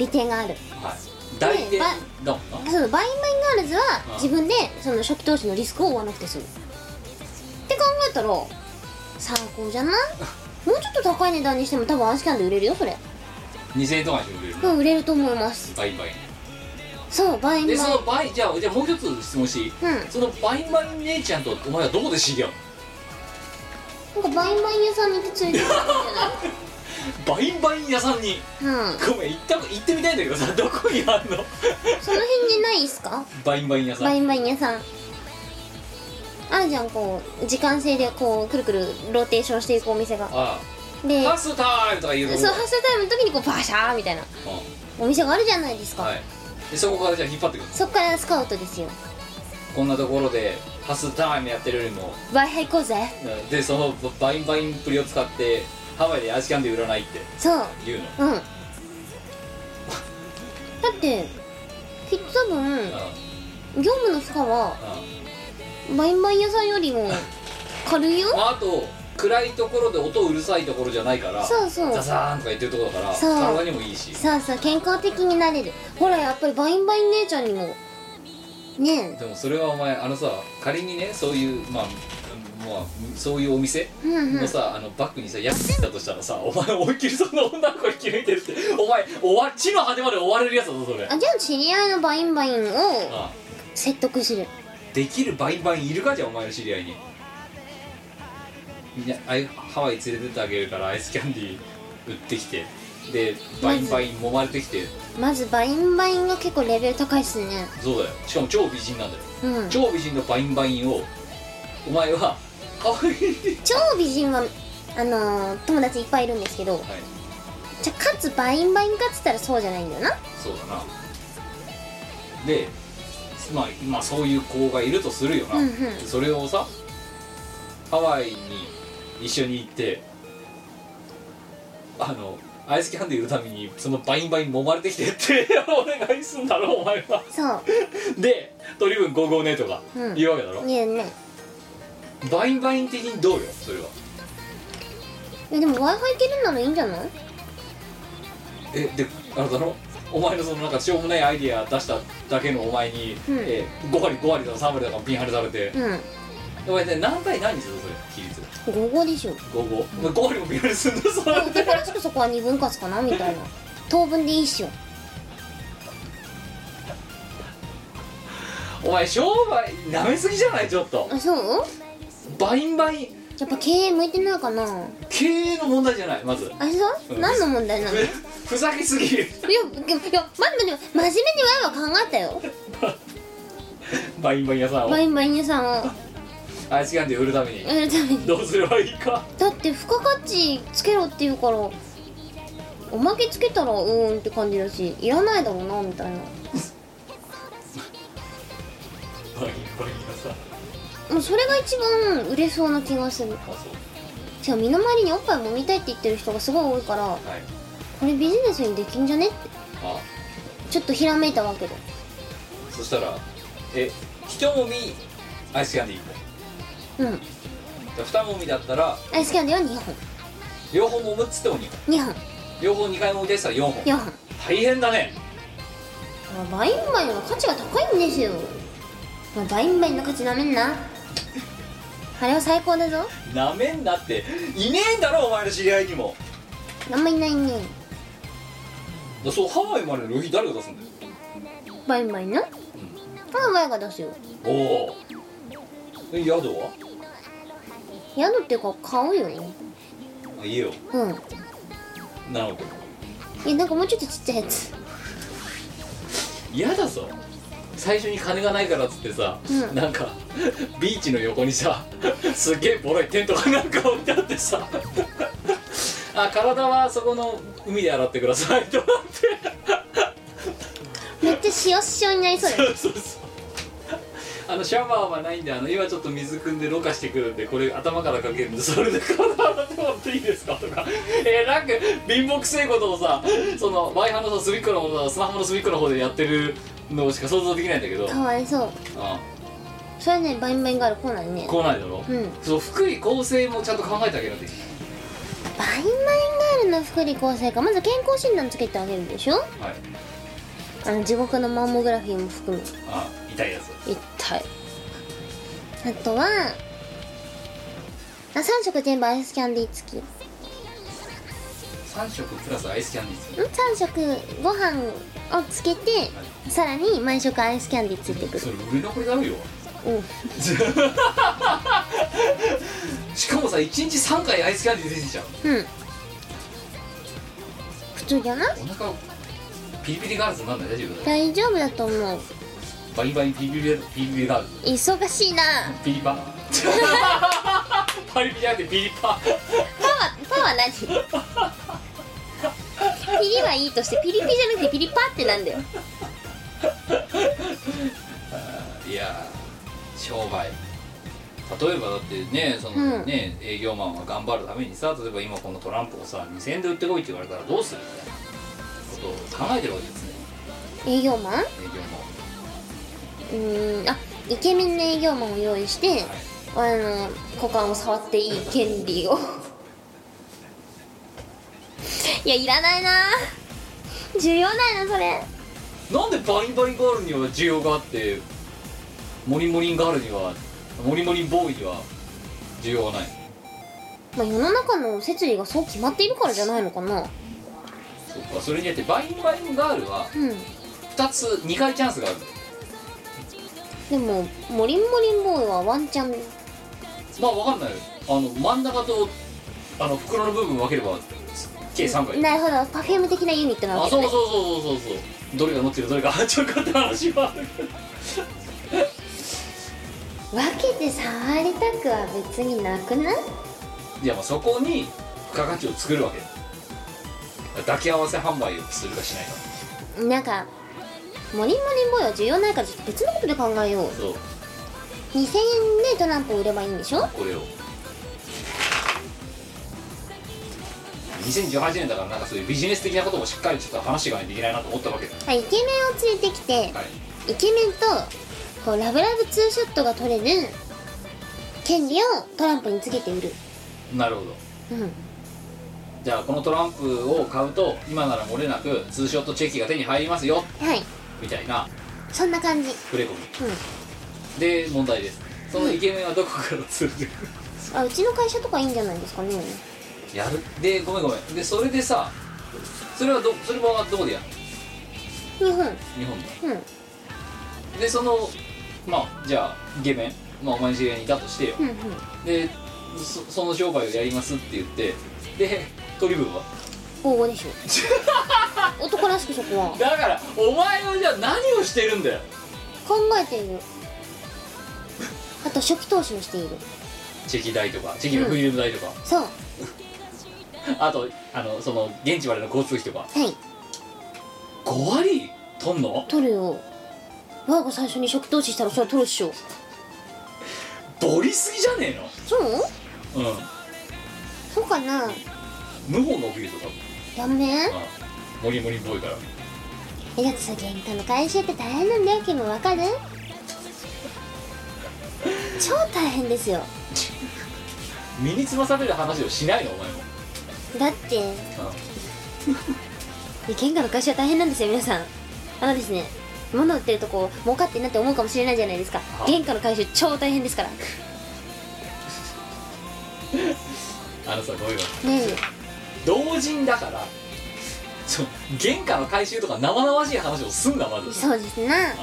利点がある
はい大体だもんな
そのバインバインガールズ
うん
は自分でその初期投資のリスクを負わなくて済むって考えたら最高 じゃないもうちょっと高い値段にしても多分アイスキャンで売れるよそれ
2000円とかにしてくれる
うん売れると思います
バイバイ
そうバインバイ
で
ン
その倍じゃあじゃあもう一つ質問していい
うん
そのバイバイ姉ちゃんとお前はどこで知り合う
なんかバインバイン屋さんに行って連れ て行くん
のバイバイ屋さんに
じゃないうん
ごめん行った行ってみたいんだけどさどこにあんの
その辺にないっすか
バイバイ屋さ
バイ
ん
ンバイン屋さんあるじゃんこう時間制でこうくるくるローテーションしていくお店が
あ
で
あ
そう
パスタイムとか言う
ハッ
と
シ
こ
ュタイムの時にこうバシャーみたいなお店があるじゃないです
うん
か、
はいでそこからじゃあ引っ張ってくる
そっからスカウトですよ
こんなところでパスタイムやってるよりも
w i f i 行こうぜ
うんでそのバイバイプリを使ってハワイでアイスキャンディー売らないって
そう
言うの
うんだってきっと多分
う
業務の負荷は
んうん
バインバイン屋さんよりも軽いよ
あと暗いところで音うるさいところじゃないから
そうそう
ザザーンとか言ってるところだから
そう
体にもいいし
そうそう健康的になれるほらやっぱりバインバイン姉ちゃんにもね
でもそれはお前あのさ仮にねそういうまあまあそういうお店
えうんうん
のさ、あのバッグにさやってたとしたらさお前思いっきりその女の子に気抜いてるってお前終わ地の果てまで追われるやつだぞそれあ
あじゃあ知り合いのバインバインを
あ
説得する
できるバインバインいるかじゃあお前の知り合いにいやあいハワイ連れてってあげるからアイスキャンディー売ってきてでバインバイン揉まれてきて
まずバインバインが結構レベル高いっすね
そうだよしかも超美人なんだよ
うん
超美人のバインバインをお前は可愛い
超美人はあのー友達いっぱいいるんですけど
はい
じゃかつバインバインかっつったらそうじゃないんだよな
そうだなでまあ、まあそういう子がいるとするよな、
うんうん
それをさハワイに一緒に行ってあのアイスキャンディー売るためにそのバインバイン揉まれてきてって お願いすんだろお前は
そ
で取り分55ねとか
うん
言うわけだろ、
ういやね
バインバイン的にどうよそれはい
やでも w i f i いけるならいいんじゃない
えであれだろお前のそのなんかしょうもないアイディア出しただけのお前に、
うん
え5割5割とか3割とかピンハネされて、
うん
お前ね何対何にするのそれ比率
午後でしょ
五五5割も微妙にするんだよそれ
だからちょっとそこは二分割かなみたいな 当分でいいっしょ
お前商売なめすぎじゃないちょっと
あそう
バインバイン
やっぱ経営向いてないかな
経営の問題じゃないまず
あそう、
うん
何の問題なのいや
ふふざけすぎる
いやいや待って待って真面目にワイは考えたよ
バインバイン屋さんを
バインバイン屋さ んを
アイスキャンディー売るために
やるために
どうすればいいか
だって付加価値つけろって言うからおまけつけたらうーんって感じだしいらないだろうなみたいな
バインバイン屋さん
もうそれが一番売れそうな気がする
あそう
しかも身の回りにおっぱい揉みたいって言ってる人がすごい多いから
はい
これビジネスにできんじゃねって
あ
ちょっとひらめいたわけで
そしたらえ一揉みアイスキャンディー1
うん
本二揉みだったら
アイスキャンディーは2本
両方揉むっつっても2本
2本
両方2回揉み出したら4本
4本
大変だね
まあバインバインは価値が高いんですよ、まあ、バインバインの価値なめんなあれは最高だぞ
なめんなっていねえんだろお前の知り合いにも
あんまいないね
だそうハワイまでの旅費誰が出すんだよ
バインバインなあワイが出すよ
おおえ宿は
宿っていうか買うよね
あ家を
うん
7億
いやなんかもうちょっとちっちゃいやつ
嫌だぞ最初に金がないからっつってさ、
うん
なんかビーチの横にさすっげえボロいテントがなんか置いてあってさあ体はそこの海で洗ってくださいとか
めっちゃ塩塩になりそうだ
っ
よ
てそうそうそうあのシャワーはないんであの今ちょっと水汲んでろ過してくるんでこれ頭からかけるんでそれで体洗ってもらっていいですかとかえー、なんか貧乏くせえことをさそのワイハンのさ隅っこの方スマホの隅っこの方でやってるのしか想像できないんだけど
かわいそう
あ
それはねバインバインがあるコーナーにね
来ないだろ、
うん
そう福利厚生もちゃんと考えてあげなきゃいけ
バインバインガールの福利厚生かまず健康診断つけてあげるでしょ
ないはい
あの地獄のマンモグラフィーも含む
あ痛いやつ
一体あとはあ3色全部アイスキャンディー付きん
3食プラスアイスキャンディー付き
3色ご飯をつけてさらに毎食アイスキャンディーついてくる
それ売れ残りだろよ
うん
しかもさ1日3回アイスキャンディー出てきちゃう
うん普通じゃない
お腹ピリピリガールズなんだよ大丈夫だよ
大丈夫だと思う
バイバイピリピリピリピリガールズ
忙しいな
ピリパパリピじゃなくてピリパ
パはパは何ピリはいいとしてピリピじゃなくてピリパってなんだよ
いやー商売例えばだってねその
うん
ね、営業マンは頑張るためにさ例えば今このトランプをさ2000円で売ってこいって言われたらどうするみたいなことを考えてるわけですね
営業マン
営業マン
うー
は
んあイケメンの営業マンを用意してあの股間を触っていい権利を いやいらないな重要ないなそれ
なんでバリバリガールには需要があってモリモリンガールにはモリモリンボーイには需要がない
まあ世の中の設理がそう決まっているからじゃないのかな
そっかそれによってバインバインガールは
うん
2つ2回チャンスがあるんだよ
でもモリンモリンボーイはワンチャン
まあわかんないあの真ん中とあの袋の部分分ければ計3回
なるほどパフューム的なユニットな
あ
わけ
そう
ね
そうそうそうそうそうどれが持ってるどれがあっ ちょっと話はあるけど
分けて触りたくは別になくない
いやまあそこに付加価値を作るわけ抱き合わせ販売をするかしないか
なんかモリンモリンボーイは需要ないからちょっと別のことで考えよう
そう
2000円でトランプを売ればいいんでしょ
これを2018年だからなんかそういうビジネス的なこともしっかりちょっと話していかないといけないなと思ったわけだ
あイケメンを連れてきて
はい
イケメンとこうラブラブツーショットが取れる権利をトランプにつけて売る
なるほど
うん
じゃあこのトランプを買うと今なら漏れなくツーショットチェキが手に入りますよ
はい
みたいな
そんな感じ
触れ込み
う
で問題ですそのイケメンはどこからつる
んあうちの会社とかいいんじゃないですかね
やるでごめんごめんでそれでさそれはどそれはどこでやるの
日本うん
日本ででそのまあじゃあイケメンまあお前の知り合いにいたとしてよ
うんうん
でそその商売をやりますって言ってで取り分は
応募でしょ男らしくそこは
だからお前はじゃあ何をしてるんだよ
考えているあと初期投資をしている
チェキ代とかチェキのフィルム代とか、
そうは
あとあのその現地までの交通費とか
い
5割取んの
取るよ我が子最初に初期投資したらそれは取るっしょ
ボリすぎじゃね
そう
えの
そうかな
うん無法のフィールドだ
やめ
もんモリモリボーイから
えだってさ玄関の回収って大変なんだよ君もわかる超大変ですよ
身につまされる話をしないのお前も、
だって玄関の回収は大変なんですよ皆さんあのですね物売ってるとこ儲かってんなって思うかもしれないじゃないですか
あ
玄関の回収超大変ですからね
あのさごめんごめん
え
同人だからそう原価の回収とか生々しい話をすんなまず
そうですない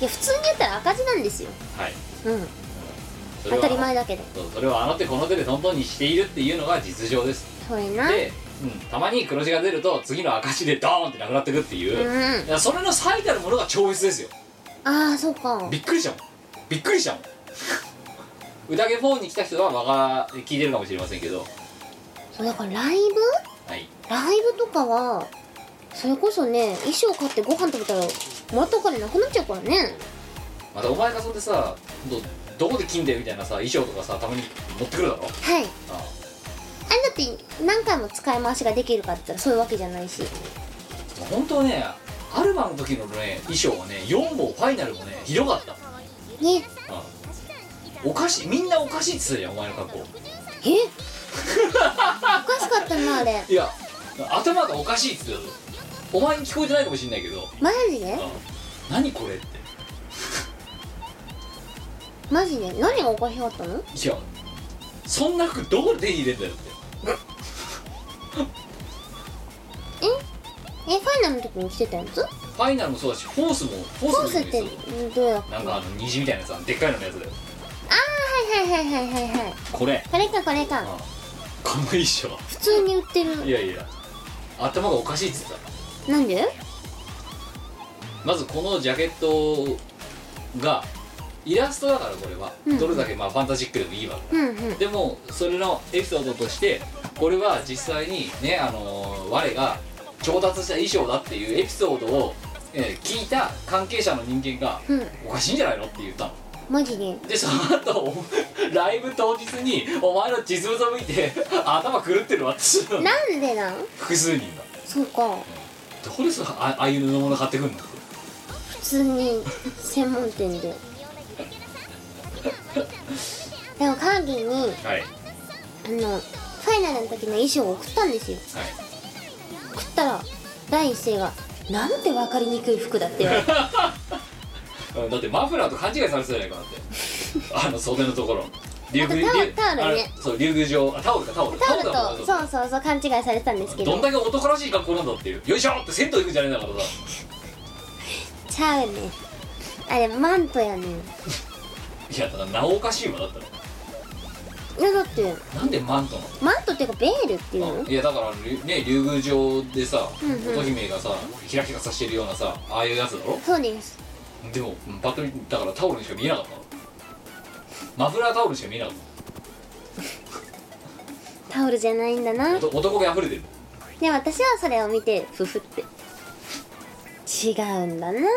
や普通にやったら赤字なんですよ
はい
うん
それ
当
は
たり前だけど
そうそれをあの手この手でトントンにしているっていうのが実情です
そうやな
で、うん、たまに黒字が出ると次の赤字でドーンってなくなってくっていうう、
ん
いやそれの最たるものが超越ですよ
ああそうか
びっくりしたもんびっくりしたもん宴4に来た人はわが聞いてるかもしれませんけど
そうだからライブ
はい
ライブとかはそれこそね衣装買ってご飯食べたらもらったお金なくなっちゃうからね
またお前がそんでさどどこで金だよみたいなさ衣装とかさたまに持ってくるだろ
はい
あ
あれだって何回も使い回しができるかって言ったらそういうわけじゃないし
あ本当ねアルバの時のね衣装はね4号ファイナルもねひどかった
ね
あおかしいみんなおかしいっつってたじゃんお前の格好
えおかしかったなあれ
いや頭がおかしいっつってたぞお前に聞こえてないかもしんないけど
マジで
あ何これって
マジで何がおかしかったの
いやそんな服どこで手に入れんだよって
えファイナルの時に着てたやつ
ファイナルもそうだしフォースもフォ
コ
ー
ー
ス
ス
の
っ
時に
て
そう
どうやっ
なんかあの虹みたいなやつあのでっかいののやつだよ
はいはいはいはいはいはい
これ
これかこれか
あこの衣装
普通に売って
い
る
やいや頭がおかしいっつってた
なんで
まずこのジャケットがイラストだからこれは、
うん
どれだけまあファンタジックでもいいわけ
うんうん
でもそれのエピソードとしてこれは実際にねあのー我が調達した衣装だっていうエピソードを、えー聞いた関係者の人間が
うん
おかしいんじゃないのって言ったの
マジで
でその後おライブ当日にお前の実物を見て頭狂ってるわって言ったの
なんでなん
複数人が
そうか
どこでそのあああいう布物買ってくんのって
普通に専門店ででもカーギーに
はいはい
あのファイナルの時の衣装を送ったんですよ送ったら第一声が「なんて分かりにくい服だ」って言われ た
うんだってマフラーと勘違いされてたじゃない かなってあの袖のところ竜
あとタオルタオルね
あれそう竜宮城あタオルかタオル
タオルと
だもん
そうそうそう勘違いされてたんですけ
どん
ど
だけ男らしい格好なんだっていうよいしょって銭湯行くんじゃねえんだからさ
ちゃうねあれマントやねん
いやだからなおかしいわだったら
いやだって
なんでマントなの
マントっていうかベールっていうの
いやだからりゅね竜宮城でさ
うんうん
乙姫がさキラキラさしてるようなさああいうやつだろ
そうです
でもうんパッと見だからタオルにしか見えなかったのマフラータオルにしか見えなかっ
タオルじゃないんだ
た
な
おと男が溢れてる
で私はそれを見てフフって違うんだない
や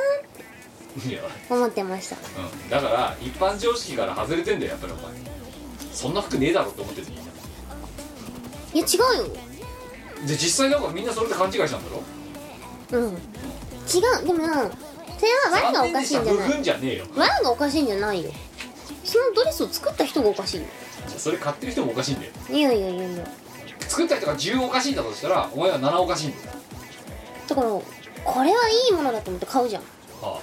思ってました
うんだから一般常識から外れてんだよやっぱりお前そんな服ねえだろって思ってるじゃ
いや違うよ
んで実際だからみんなそれで勘違いしたんだろ
うん違うでもなそれはワンがおかしいんじゃな
残念でした
い
ふふんじゃねえよ
ワンがおかしいんじゃないよそのドレスを作った人がおかしいよ
それ買ってる人もおかしいんだよ
いやいやいやいや
作った人が10おかしいんだとしたらお前は7おかしいんだよ
だからこれはいいものだと思って買うじゃん
あ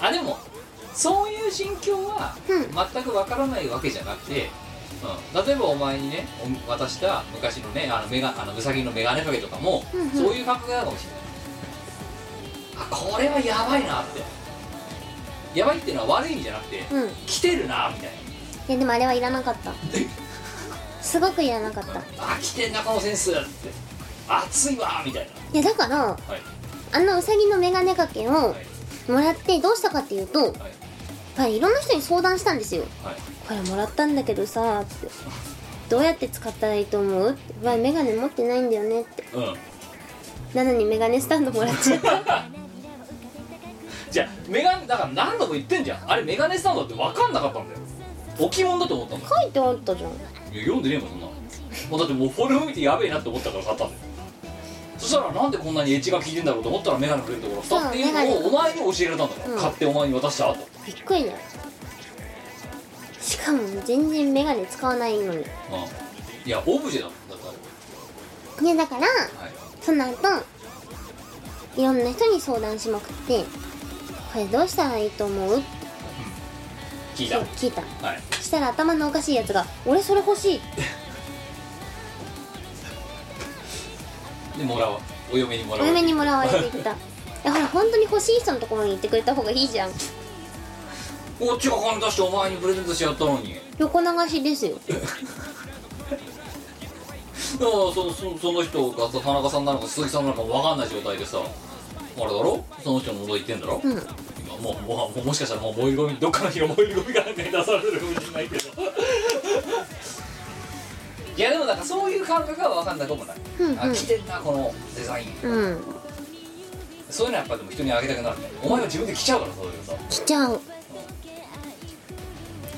ああでもそういう心境は
うん
全くわからないわけじゃなくて、うん、例えばお前にねお渡した昔のねあのメガあのウサギのメガネかけとかも、
うんうん
そういう感覚なのかもしれないあこれはやばいなってやばいっていうのは悪い意味じゃなくて、
うん
来てるなみたい
いやでもあれはいらなかったすごくいらなかった
な、あ来てんなこのセンスって熱いわみたいない
やだから
はい
あのウサギのメガネかけを
はい
もらってどうしたかっていうとやっ
はい
ぱりいろんな人に相談したんですよ
はい
これもらったんだけどさってどうやって使ったらいいと思うって「わメガネ持ってないんだよね」って
うん
なのにメガネスタンドもらっちゃった
じゃあメガネだから何度も言ってんじゃんあれメガネスタンドだって分かんなかったんだよ置物だと思ったんだよ
書いてあったじゃん
いや読んでねえもんそんなのもうだってもうフォルム見てやべえなって思ったから買ったんだよそしたらなんでこんなにエッジが効いてんだろうと思ったらメガネくれるところ
そう
だっていうのをお前に教えられたんだから、
うん
買ってお前に渡した後
びっくりだよしかも全然メガネ使わないのに
うんいやオブジェだもんだってあ
ねだから
れはい
その後いろんな人に相談しまくってこれどうしたらいいと思うって
聞いた
そう
は
聞いた
い
したら頭のおかしいやつが「俺それ欲しい」
でもらおうお嫁にもら
お
おう
嫁にもらわれていったいやほら本当に欲しい人のところに行ってくれた方がいいじゃん
こっちが金出してお前にプレゼントしてやったのに
横流しですよ
だからそそその人がさ田中さんなのか鈴木さんなのかも分かんない状態でさあれだろその人のこと言ってんだろ、
うん
今もうもうもうもしかしたらもう燃えるゴミどっかの日が燃えるゴミが出されてるかもしれないけど いやでもなんかそういう感覚は分かんないかもない、
うん
あ来てんなこのデザイン
うん
そういうのはやっぱでも人にあげたくなるねお前は自分で来ちゃうからそういうさ
来ちゃう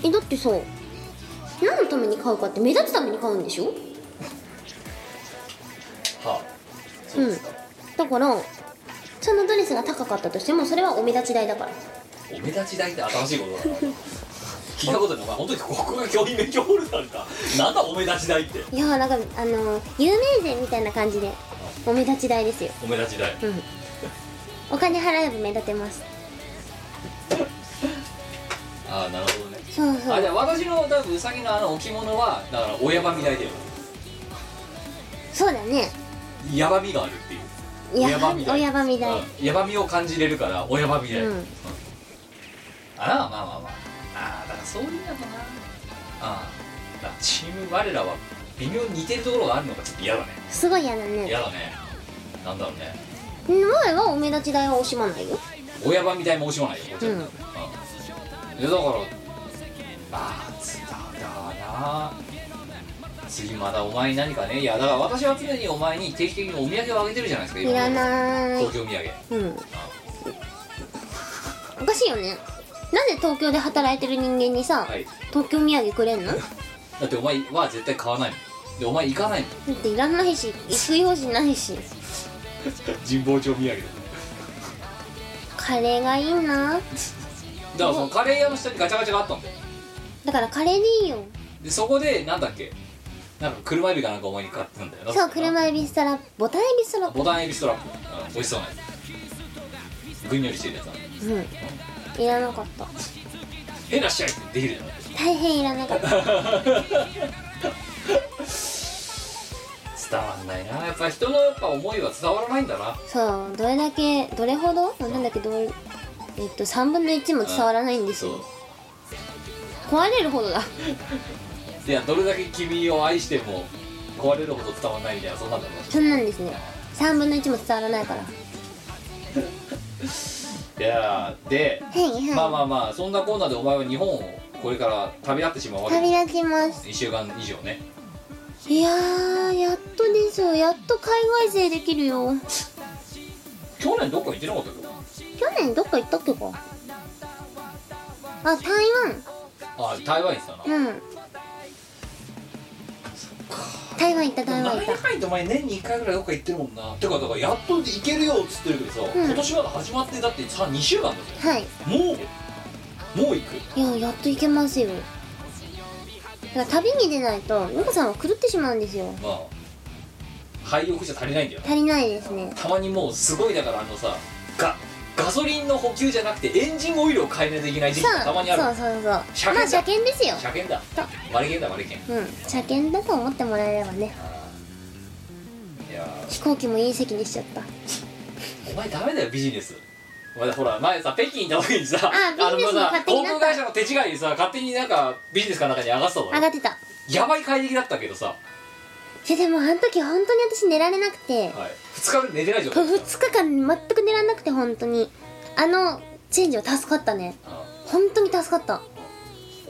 えだってさ何のために買うかって目立つために買うんでしょ
はあそうですか、
だからそのドレスが高かったとしてもそれはお目立ち代だから
お目立ち台って新しいことだな聞いたことないお前本当にここが教員免許ホルダーかなんだお目立ち台って
いやーなんかあのー有名人みたいな感じでお目立ち代ですよ
お目立ち台
うんお金払えば目立てます
ああなるほどね
そうそ
あじ
う
ゃあ私の多分ウサギのあの置物はだから親バミ代だよ
そうだね
ヤバみがあるっていう
やばみ
親
親ばみ
代
代
うんヤバみを感じれるから親バミ代、
うん
うんあらまあまあまああーだからそういうのかなあーだからチーム我らは微妙に似てるところがあるのがちょっと嫌だね
すごい嫌だね
嫌だねなんだろうね
前はお目立ち代は惜しまないよ
親バミ代も惜しまないよこっちは
うん
うんでだからああつだな次まだお前に何かねいやだから私は常にお前に定期的にお土産をあげてるじゃないですか
いらない
東京土
う
産
んおかしいよねなんで東京で働いてる人間にさ、
はい
東京土産くれんのだ
だってお前は絶対買わないもんでお前行かないもん
っていらないし行く用事ないし
神保町土産だ
カレーがいいな
からそのカレー屋の下にガチャガチャがあったんだよ
だからカレーでいいよ
でそこでなんだっけなんか車エビかなんかお前に買ってたんだよな
そう車エビストラボタンエビストラ
ボタンエビストラップ、うん、美味しそうなやつぐんよりしてるやつなんだ
うんいらなかった
へらっしゃいってできるじゃない
大変いらなかった
伝わんないなやっぱ人のやっぱ思いは伝わらないんだな
そうどれだけどれほどなんだっけどれえっと3分の1も伝わらないんです
そう
よ壊れるほどだ
いやどれだけ君を愛しても壊れるほど伝わらないみたいなそんなんだろうな
そんなんですね3分の1も伝わらないから
いやーで
はいはい、
まあまあまあそんなコーナーでお前は日本をこれから旅立ってしまうわけ
旅立ちます
1週間以上ね
いやーやっとですよやっと海外勢できるよ
去年どっか行ってなかったけど
去年どっか行ったっけかあ台
あ台湾行ってたな
湾うん台湾行った台湾行
何
った
やかんやってお前年に1回ぐらいどっか行ってるもんなてかだからやっと行けるよっつってるけどさ、
うん
今年まだ始まってだってさ2週間だぜ
はい
もうもう行く
いややっと行けますよだから旅に出ないとムコさんは狂ってしまうんですよ
まあ廃浴じゃ足りないんだよ
足りないですね
たまにもうすごいだからあのさガガソリンの補給じゃなくてエンジンオイルを変えないといけない時期
そう
がたまにある
そうそうそうまあ
車検だ
車検ですよ
車検だ割り券だ割り券
うん車検だと思ってもらえればね
いや
飛行機もいい席にしちゃった
ーお前ダメだよビジネスお前ほら前さ北京行った時にさ
あビジネスの
さ
勝手に
航
なった
空会社の手違いでさ勝手になんかビジネスかなんかに上がってた
上
だ
が
ろ
ってた
やばい快適だったけどさ、
いやでもあの時本当に私寝られなくて
はい、2日目寝てない状態だ
2
った
日間全く寝られなくて本当にあのチェンジは助かったね
う
本当に助かった
ん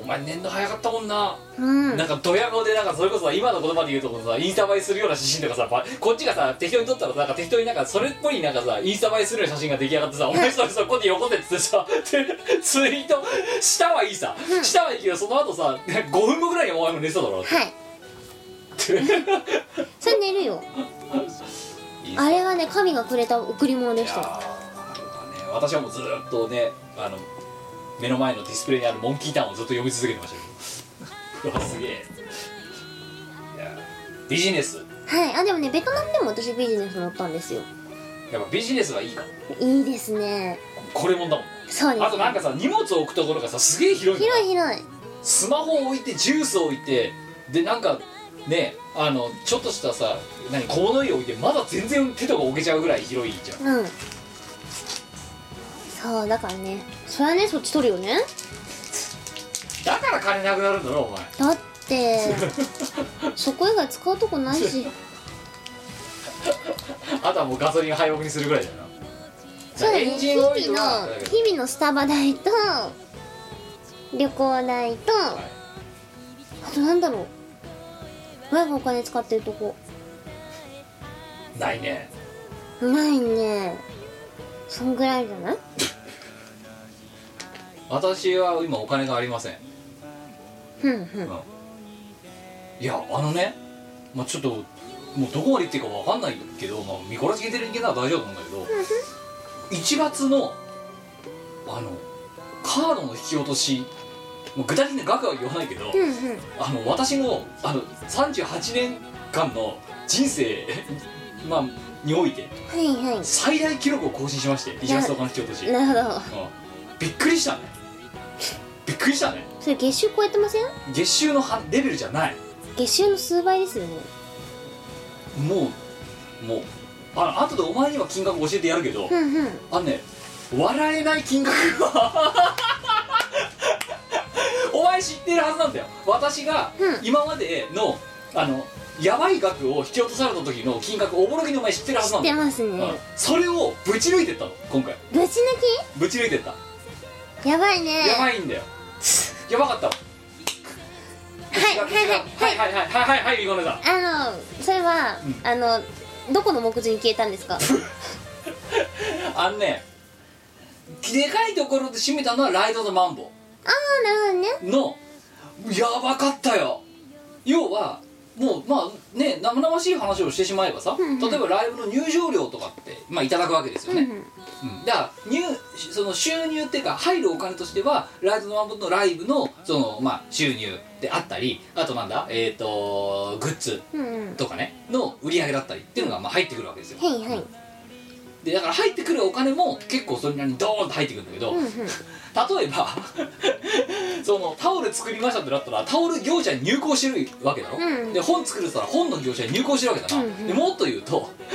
お前寝んの早かったもんな、
うん
なんかドヤ顔でなんかそれこそさ今の言葉で言うとこのさインスタ映えするような写真とかさばこっちがさ適当に撮ったらさなんか適当になんかそれっぽいなんかさインスタ映えするような写真が出来上がってさお前それそこで横でつってさでツイートしたはいいさ、
うん
したはいいけどその後さ5分後ぐらいにお前も寝てただろう
はい
って
それ寝るよ
いいさ
あれはね神がくれた贈り物で
い
し
や
た
ー
よ
なんかね私はもうずーっとねあの目の前のディスプレイにあるモンキーターンをずっと読み続けてまし たようわすげえいやービジネス
はいあでもねベトナムでも私ビジネス乗ったんですよ
やっぱビジネスはいいかも
いいですね
これもんだもん
そうです
あとなんかさ荷物を置くところがさすげえ広いの
広い広い
スマホを置いてジュースを置いてでなんかねあのちょっとしたさ何小物入れ置いてまだ全然手とか置けちゃうぐらい広いじゃん
うんそうだからねそれはねそっち取るよね
だから金なくなるんだろお前
だって そこ以外使うとこないし
あとはもうガソリン廃屋にするぐらいだよな
そうだ
エ
ね
ン
日
ジンオイル
々
は
の日々のスタバ代と旅行代と、
い
あとなんだろう前がお金使ってるとこ
ないね
ないねそんぐらいじゃない
私は今お金がありません、
ふんふん
いやあのね、まあ、ちょっともうどこまで行っていいかわかんないけど、まあ、見殺し聞いてる人間なら大丈夫なんだけど1月のあのカードの引き落としもう具体的な額は言わないけど、
ふんふん
あの私のあの38年間の人生まあにおいて
はいは
最大記録を更新しまして1月のお金引き落とし
いなるほど
うんびっくりしたねびっくりしたね
それ月収超えてません
月収のはレベルじゃない
月収の数倍ですよね
もうもうあの後でお前には金額教えてやるけど
ふんふん
あのね笑えない金額はお前知ってるはずなんだよ私が
うん
今までのあのやばい額を引き落とされた時の金額おぼろげにお前知ってるはず
知
な
っ
んだ
て
よ、
ます
うん
ね
それをぶち抜いてったの今回
ぶち
ぶち抜いてった
抜きやばいね
やばいんだよやばかったわ
はいはいはい
はいはいはいはいはいはいリコネさん
あのそれは、
うん
あのどこの目次に消えたんです か
あのねでかいところで締めたのはライドのマンボ
あなるほどね
のやばかったよ要はもうまあね生々しい話をしてしまえばさ、
うんうん
例えばライブの入場料とかってまあいただくわけですよね、
うんうん
うんだから入その収入っていうか入るお金としてはライズのワンボのライブのそのまあ収入であったりあとなんだえっ、とグッズ
うんうん
とかねの売り上げだったりっていうのがまあ入ってくるわけですよ
はいはい
でだから入ってくるお金も結構それなりにドーンと入ってくるんだけど、
うんうん
例えば そのタオル作りましたってなったらタオル業者に入稿してるわけだろ、
うん
で本作るって言ったら本の業者に入稿してるわけだな、
うんうん
でもっと言うと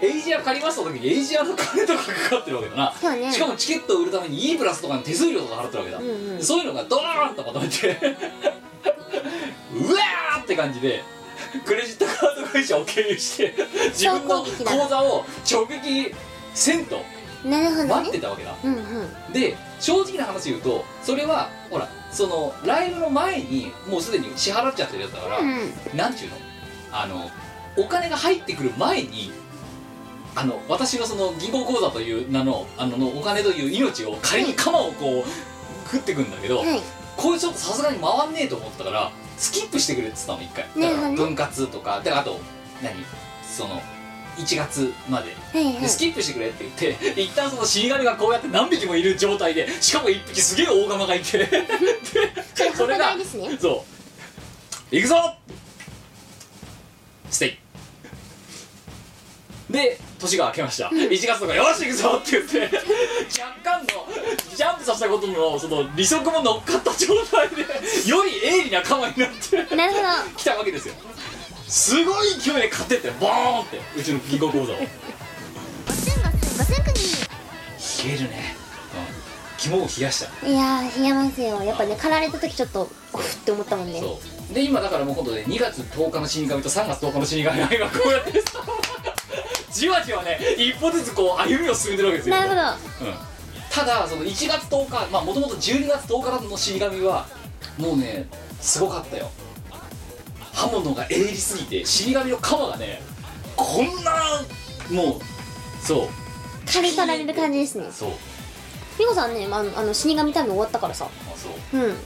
エイジア借りました時にエイジアの金とかかかってるわけだな
そうね
しかもチケットを売るために E プラスとかに手数料とか払ってるわけだ、
うんうん
そういうのがドーンとまとめて うわーって感じでクレジットカード会社を経由して自分
総
の
攻撃だ
口座を直撃せんと
なるほど
待って
ね
たわけだ
うんうん
で正直な話言うとそれはほらそのライブの前にもうすでに支払っちゃってるやつだから、
うんうん
なんちゅうのあのお金が入ってくる前にあの私のその銀行口座という名のあののお金という命を仮に鎌をこう食ってくんだけど、
はい
これちょっとさすがに回んねえと思ったからスキップしてくれって言ったの一回
ね
だから
ね
分割とかだからあと何その1月まで
はいは
で
い
スキップしてくれって言って一旦その死神がこうやって何匹もいる状態でしかも1匹すげえ大釜がいてで
それがですね
そう行くぞステイで年が明けました1月とかよし行くぞって言って若干のジャンプさせたことのその利息も乗っかった状態でより鋭利な釜になって
なるほど
来たわけですよすごい勢いで勝てってボーンってうちの銀行口座を
ガツンガツンガツンク
冷えるね、うん、肝を冷やした、
ニーいやー冷えますよやっぱね狩られた時ちょっとオフって思ったもんね
そうで今だからもう今度ね2月10日の死神と3月10日の死神が 今こうやってさ じわじわね一歩ずつこう歩みを進んでるわけですよ
なるほど
うん、ただその1月10日まあもともと12月10日の死神はもうねすごかったよ刃物が鋭利すぎて死神の鎌がねこんなもうそう
狩り取られる感じですね
そう
美穂さんね、まあ、あの死神タイム終わったからさ
まあそう
うん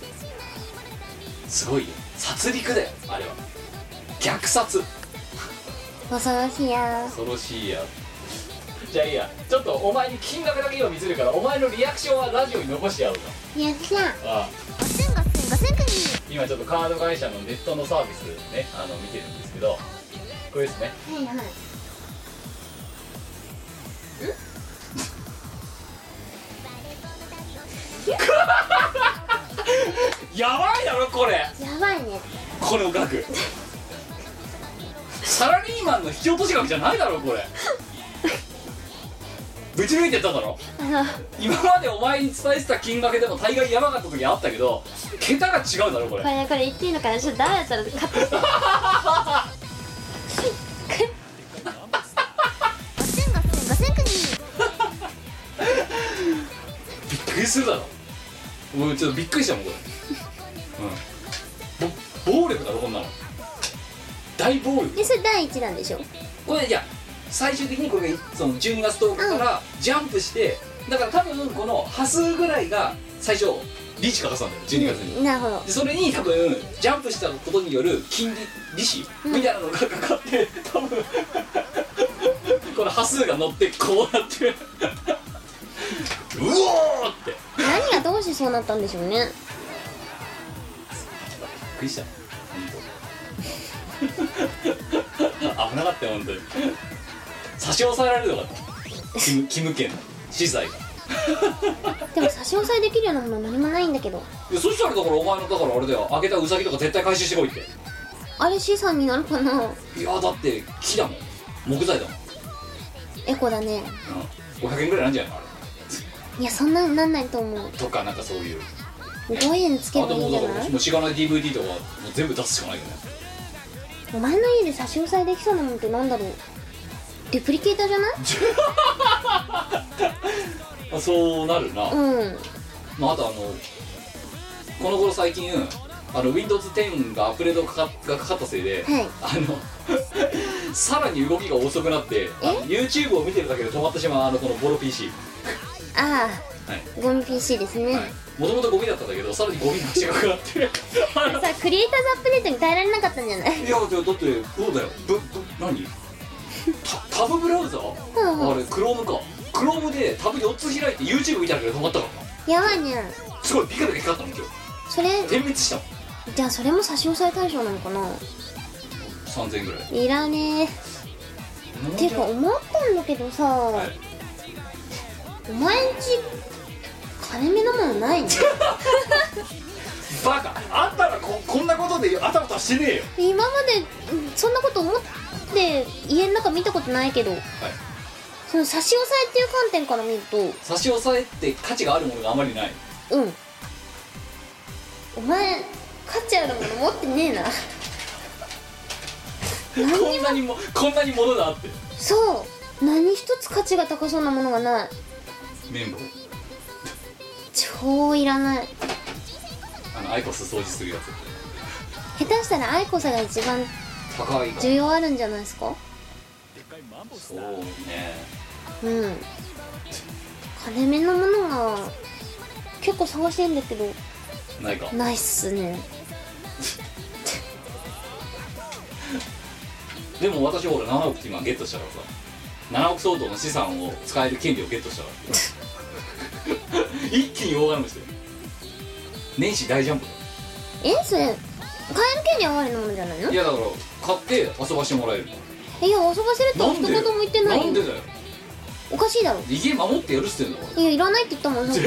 すごいよ殺戮だよあれは虐殺
恐ろしいや
恐ろしいやじゃあいいやちょっとお前に金額だけ今見せるからお前のリアクションはラジオに残してやろうか
ーやった
ああ
ガツンガツンガツンクニ
今ちょっとカード会社のネットのサービスねあの見てるんですけどこれですね
ーはいはい
やばいだろこれ
やばいね
この額サラリーマンの引き落とし額じゃないだろこれぶち抜いてっただろ
あの
今までお前に伝えてた金額でも大概やばかった時あったけど桁が違うだろこれ
これこれ言っていいのかなちょっとダメだったらカットしてガツンガツンガツンクニー
びっくりするだろもうちょっとびっくりしたもんこれうんぼ暴力だろこんなの大暴力
でそれ第一弾でしょ
これいや最終的にこれがその12月10日からジャンプしてだから多分この端数ぐらいが最初リーチかかってたんだよ12月に、
なるほど
でそれに多分ジャンプしたことによる金利利子
うん
みたいなのがかかって多分 この端数が乗ってこうなってうおーって
何がどうしてそうなったんでしょうね
びっくりした 本当危なかったよ本当に差し押さえられるのかったキムキム県の資材が
でも差し押さえできるようなもの何もないんだけど
いやそしたらだからお前のだからあれだよ開けたウサギとか絶対回収してこいって
あれ資産になるかない
やだって木だもん木材だもん、
エコだね
うん、500円ぐらいなんじゃないのあ
いやそんなんなんないと思う
れとかなんかそういう
5円つ
あ
けば
と
いい
も
ん
う
じ
だ
ゃ
か
な
ら
い
もうしがない DVD とかもう全部出すしかないよね
お前の家で差し押さえできそうなもんってなんだろうレプリケーターじゃない
あそうなるな、
うん
まあ、あとあのこの頃最近あの Windows10 がアップデートかかがかかったせいで、
はい
あの さらに動きが遅くなってあの YouTube を見てるだけで止まってしまうあのこのボロ PC
あ
はい
あゴミ PC ですね、
もともとゴミだったんだけどさらにゴミが違くなって あの
さあクリエイターズアップデートに耐えられなかったんじゃない
いやだってだってそうだよぶぶ何タタブブラウザ
うんうん
あれクロームかクロームでタブ4つ開いて YouTube 見ただけで止まったか
やばいね
らすごいビカビカ光ったの今日
それ
点滅したもん
じゃあそれも差し押さえ対象なのかな
3000円ぐらい
いらねえていうか思ったんだけどさ、
い
お前んち金目のものないの
バカあんたらここんなことであたふたしてねえよ
今までうんそんなこと思っって家の中見たことないけど、その差し押さえっていう観点から見ると
差し押さえって価値があるものがあまりない
うんお前価値あるもの持ってねえな
こんなにもこんなにものがあって
そう何一つ価値が高そうなものがない
綿棒
超いらない
あのアイコス掃除するやつ
下手したら愛子さんが一番
高いか
需要あるんじゃないですか
そうね
うん金目のものが結構探してんだけど
ないか
ないっすね
でも私ほら7億って今ゲットしたからさ7億相当の資産を使える権利をゲットしたから 一気に大金持ちだよ年始大ジャンプだよ
えそれ買える権利はありのものじゃないの
いやだから買って遊ばしてもらえる
えいや遊ばせるって
な
一
んで
言も言ってな
ないん
よ
でだよ
おかしいだろ
家守ってやるっつってんだ よ
いやいらないって言ったもんさっ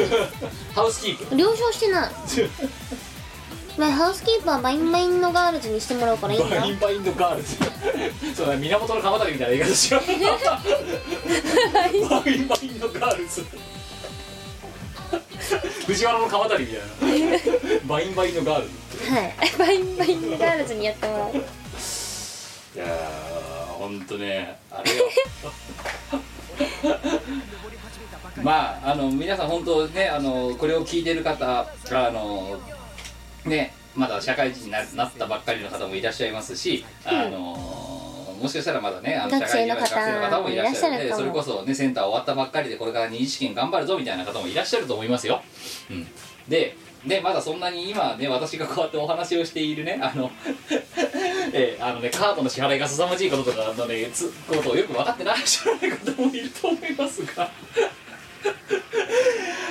ハウスキープ
き了承してない
違う
まあハウスキーパーバインバインのガールズにしてもらうからいいんだ
バインバインドガールズ そうだ源の鎌足りみたいな言い方しよ うバインバインドガールズ藤原の鎌足りみたいな バインバインドガールズ
はいバインバインのガールズにやっても らう
いやーほんとねあれよ まああの皆さん本当ねあのこれを聞いてる方あのねまだ社会人にななったばっかりの方もいらっしゃいますし、あのもしかしたらまだねあの
学生の方
社会人の方もいらっしゃるの
い
で
らっしゃるかも
それこそねセンター終わったばっかりでこれから二次試験頑張るぞみたいな方もいらっしゃると思いますよ。うん、ででまだそんなに今ね私がこうやってお話をしているねあのえーあのねカードの支払いが凄まじいこととかのねつことをよく分かってない知らない方もいると思いますが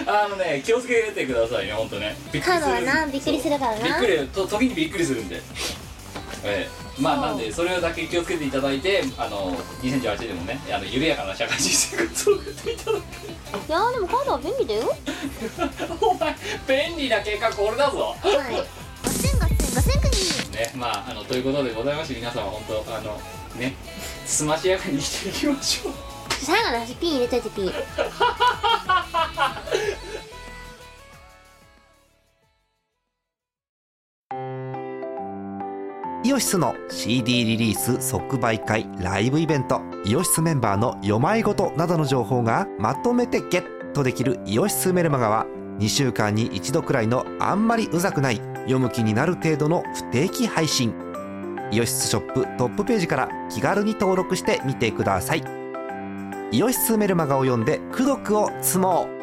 あのね気をつけてくださいね本当ねびっく
カ
り
ードはなびっくりするから
びっ
な
くりと時にびっくりするんで、ええまあなんでそれだけ気をつけていただいてあの2018でもねあの緩やかな社会人生活を送っていただく
いやーでもカードは便利だよはい
お前便利な計画これだぞ
ガッセンガッセンガッセンクニー
ねまああのということでございまして皆様本当あのねすましやかに生きていきましょう
最後の話ピン入れといてピン
イオシスの CD リリース即売会ライブイベントイオシスメンバーの読まいごとなどの情報がまとめてゲットできる「イオシスメルマガ」は2週間に1度くらいのあんまりうざくない読む気になる程度の不定期配信イオシスショップトップページから気軽に登録してみてくださいイオシスメルマガを読んで「功徳を積もう」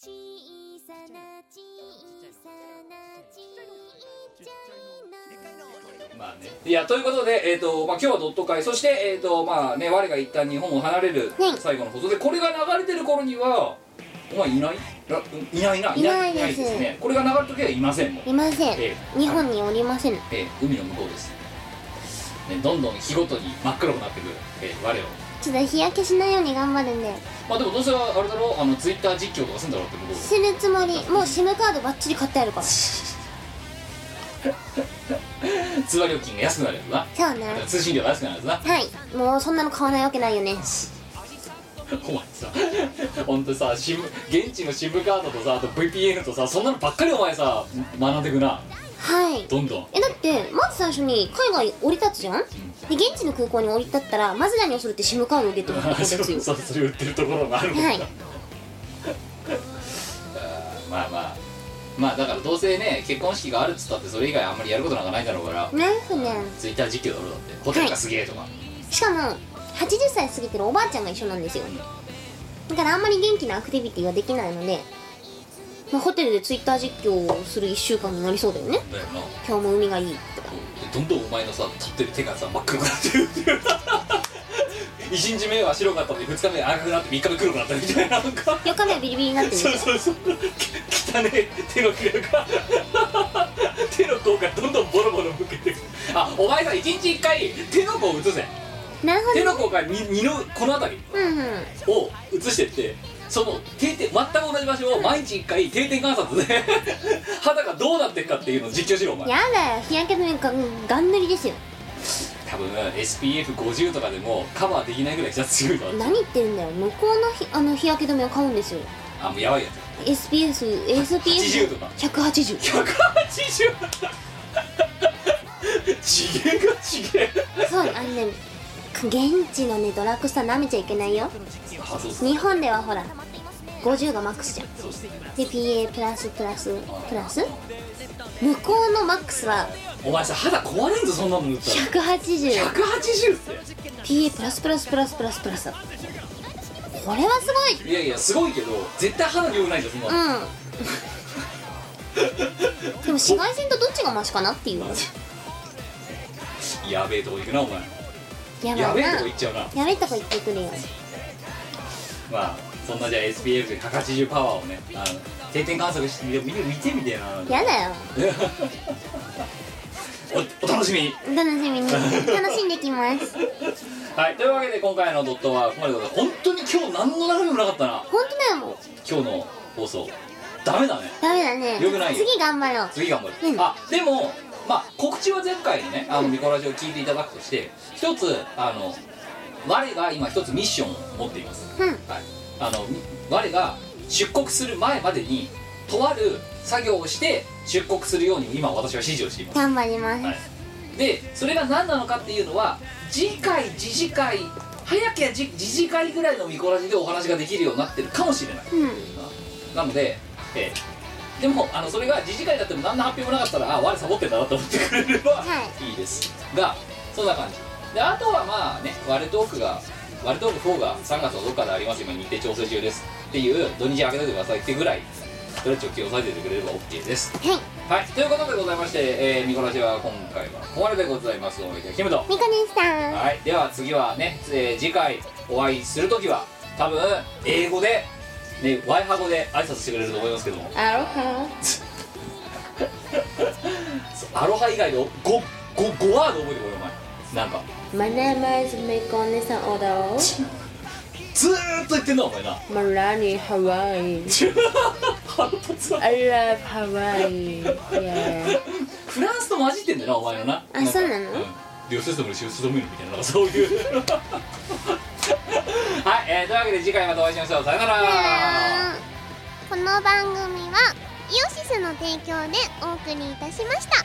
小さな小さなちっちゃいの
まあねいやということでえっ、とまあ今日はドット会そしてえっ、とまあね我が一旦日本を離れる
はい
最後の放送でこれが流れてる頃にはお前いないあいないない
いないです
ねこれが流れる時はいませんもん
いません
ええ
日本におりません
ええ海の向こうです、ね、どんどん日ごとに真っ黒くなってくる、ええ我を
ちょっと日焼けしないように頑張るんで
まあでもどうせあれだろうあのツイッター実況とかするんだろうって向こうです
るつもりもう SIM カードバッチリ買ってあるからそ
通話料金が安くなるやつな
うね
通信料が安くなるやつな
はいもうそんなの買わないわけないよね
お前さ本当さシム現地の SIM カードとさあと VPN とさそんなのばっかりお前さ学んでくな
はい
どんどん
えだってまず最初に海外降り立つじゃんで現地の空港に降り立ったらマズダに恐れて SIM カードをゲットすることで すよ
そうそれ売ってるところがあるもんな
はい
まあまあまあだからどうせね結婚式があるっつったってそれ以外あんまりやることなんかないだろうから
なんすね
ツイッター実況だろうだってホテルがすげえとか、
しかも80歳過ぎてるおばあちゃんが一緒なんですよだからあんまり元気なアクティビティはできないのでまあ、ホテルでツイッター実況をする1週間になりそうだよね
だよな
今日も海がいいとか
どんどんお前のさ立ってる手がさ真っ黒くなってるって いう一日目は白かったのに二日目は赤くなって三日目黒くなったみたいななんか
4日目はビリビリになってるん
そう
ですよ
そうそうき汚ねえ手のひらが手の甲がどんどんボロボロむけてくあお前さ一日一回手の甲を移せ
なるほ
手
ど
の甲がに二のこの辺り
うんうん
を移してってその定点全く同じ場所を毎日一回定点観察で 肌がどうなってるかっていうのを実況しろお前
やだよ日焼け止めがガン塗りですよ
多分 SPF50 とかでもカバーできないぐらいじゃ強いの
何言ってるんだよ向こうの日あの日焼け止めを買うんですよ
あもうやばいやつ
SPS、
80とか
SPF180
180ちげえがちげえ
そうあのね現地のねドラッグストア舐めちゃいけないよ
あそうそう
日本ではほら50がマックスじゃん
そうそう
で PA プラスプラスプラス向こうのマックスは
お前さ肌壊れんぞそんなの塗ったら
180PA
180っ
プラスプラスプラスプラスプラスだこれはすごい
ていやいやすごいけど絶対肌に良くないじゃんそんなの
うんでも紫外線とどっちがマシかなっていう
やべえとこ行くなお前
やばいな
やべえとこ行っちゃうな
やべえとこ行ってくれよ
まあそんなじゃあ SPF180 パワーをねあの定点観測してみて見て見てみてえな
やだよ
おお楽しみに
お楽しみに楽しんできます
はい、というわけで今回のドットはここまででございます本当に今日何の中身もなかったな
本当だよもう
今日の放送ダメだね
ダメだね
よくないよ
次頑張ろう
次頑張る、
うん
あでもまあ告知は前回のねあのミコラジオを聞いていただくとして一つあの我が今一つミッションを持っています、
うん
はい、あの我が出国する前までにとある作業をして出国するように今私は指示をしています
頑張ります、
はい、でそれが何なのかっていうのは次回次次回早け次次次回ぐらいの見こらしでお話ができるようになってるかもしれない
うん
なので、えーでもあのそれが次次回だっても何の発表もなかったらあ我サボってんだなと思ってくれれば、
はい
い、いですがそんな感じであとはまあね割れトークが割れトーク4が3月のどっかであります今日程調整中ですっていう土日開けといてくださいってぐらいストレッチを気を抑えていてくれれば OK です
はい
はい、ということでございまして、えー、ミコラジは今回はここまででございます。お相手はキムと。
みこでした
はい、では次はね、えー次回お会いするときは、多分、英語で、ね、ワイハ語で挨拶してくれると思いますけども、
アロハ
アロハ以外で5、ごごごワード覚えてこいよ、お前。なんか、
My name is みこねさんおだお
ずーっと言ってんな、お前な。
マラニハワイ
腹立つわ
I love Hawaii Yeah
フランスと混じってんだよな、お前のな。
あ
んか
そうなの
ん両説とも両説ともいいのみたいな、なんかそういう。 はい、えーというわけで次回またお会いしましょう。さよなら。
この番組はイオシスの提供でお送りいたしました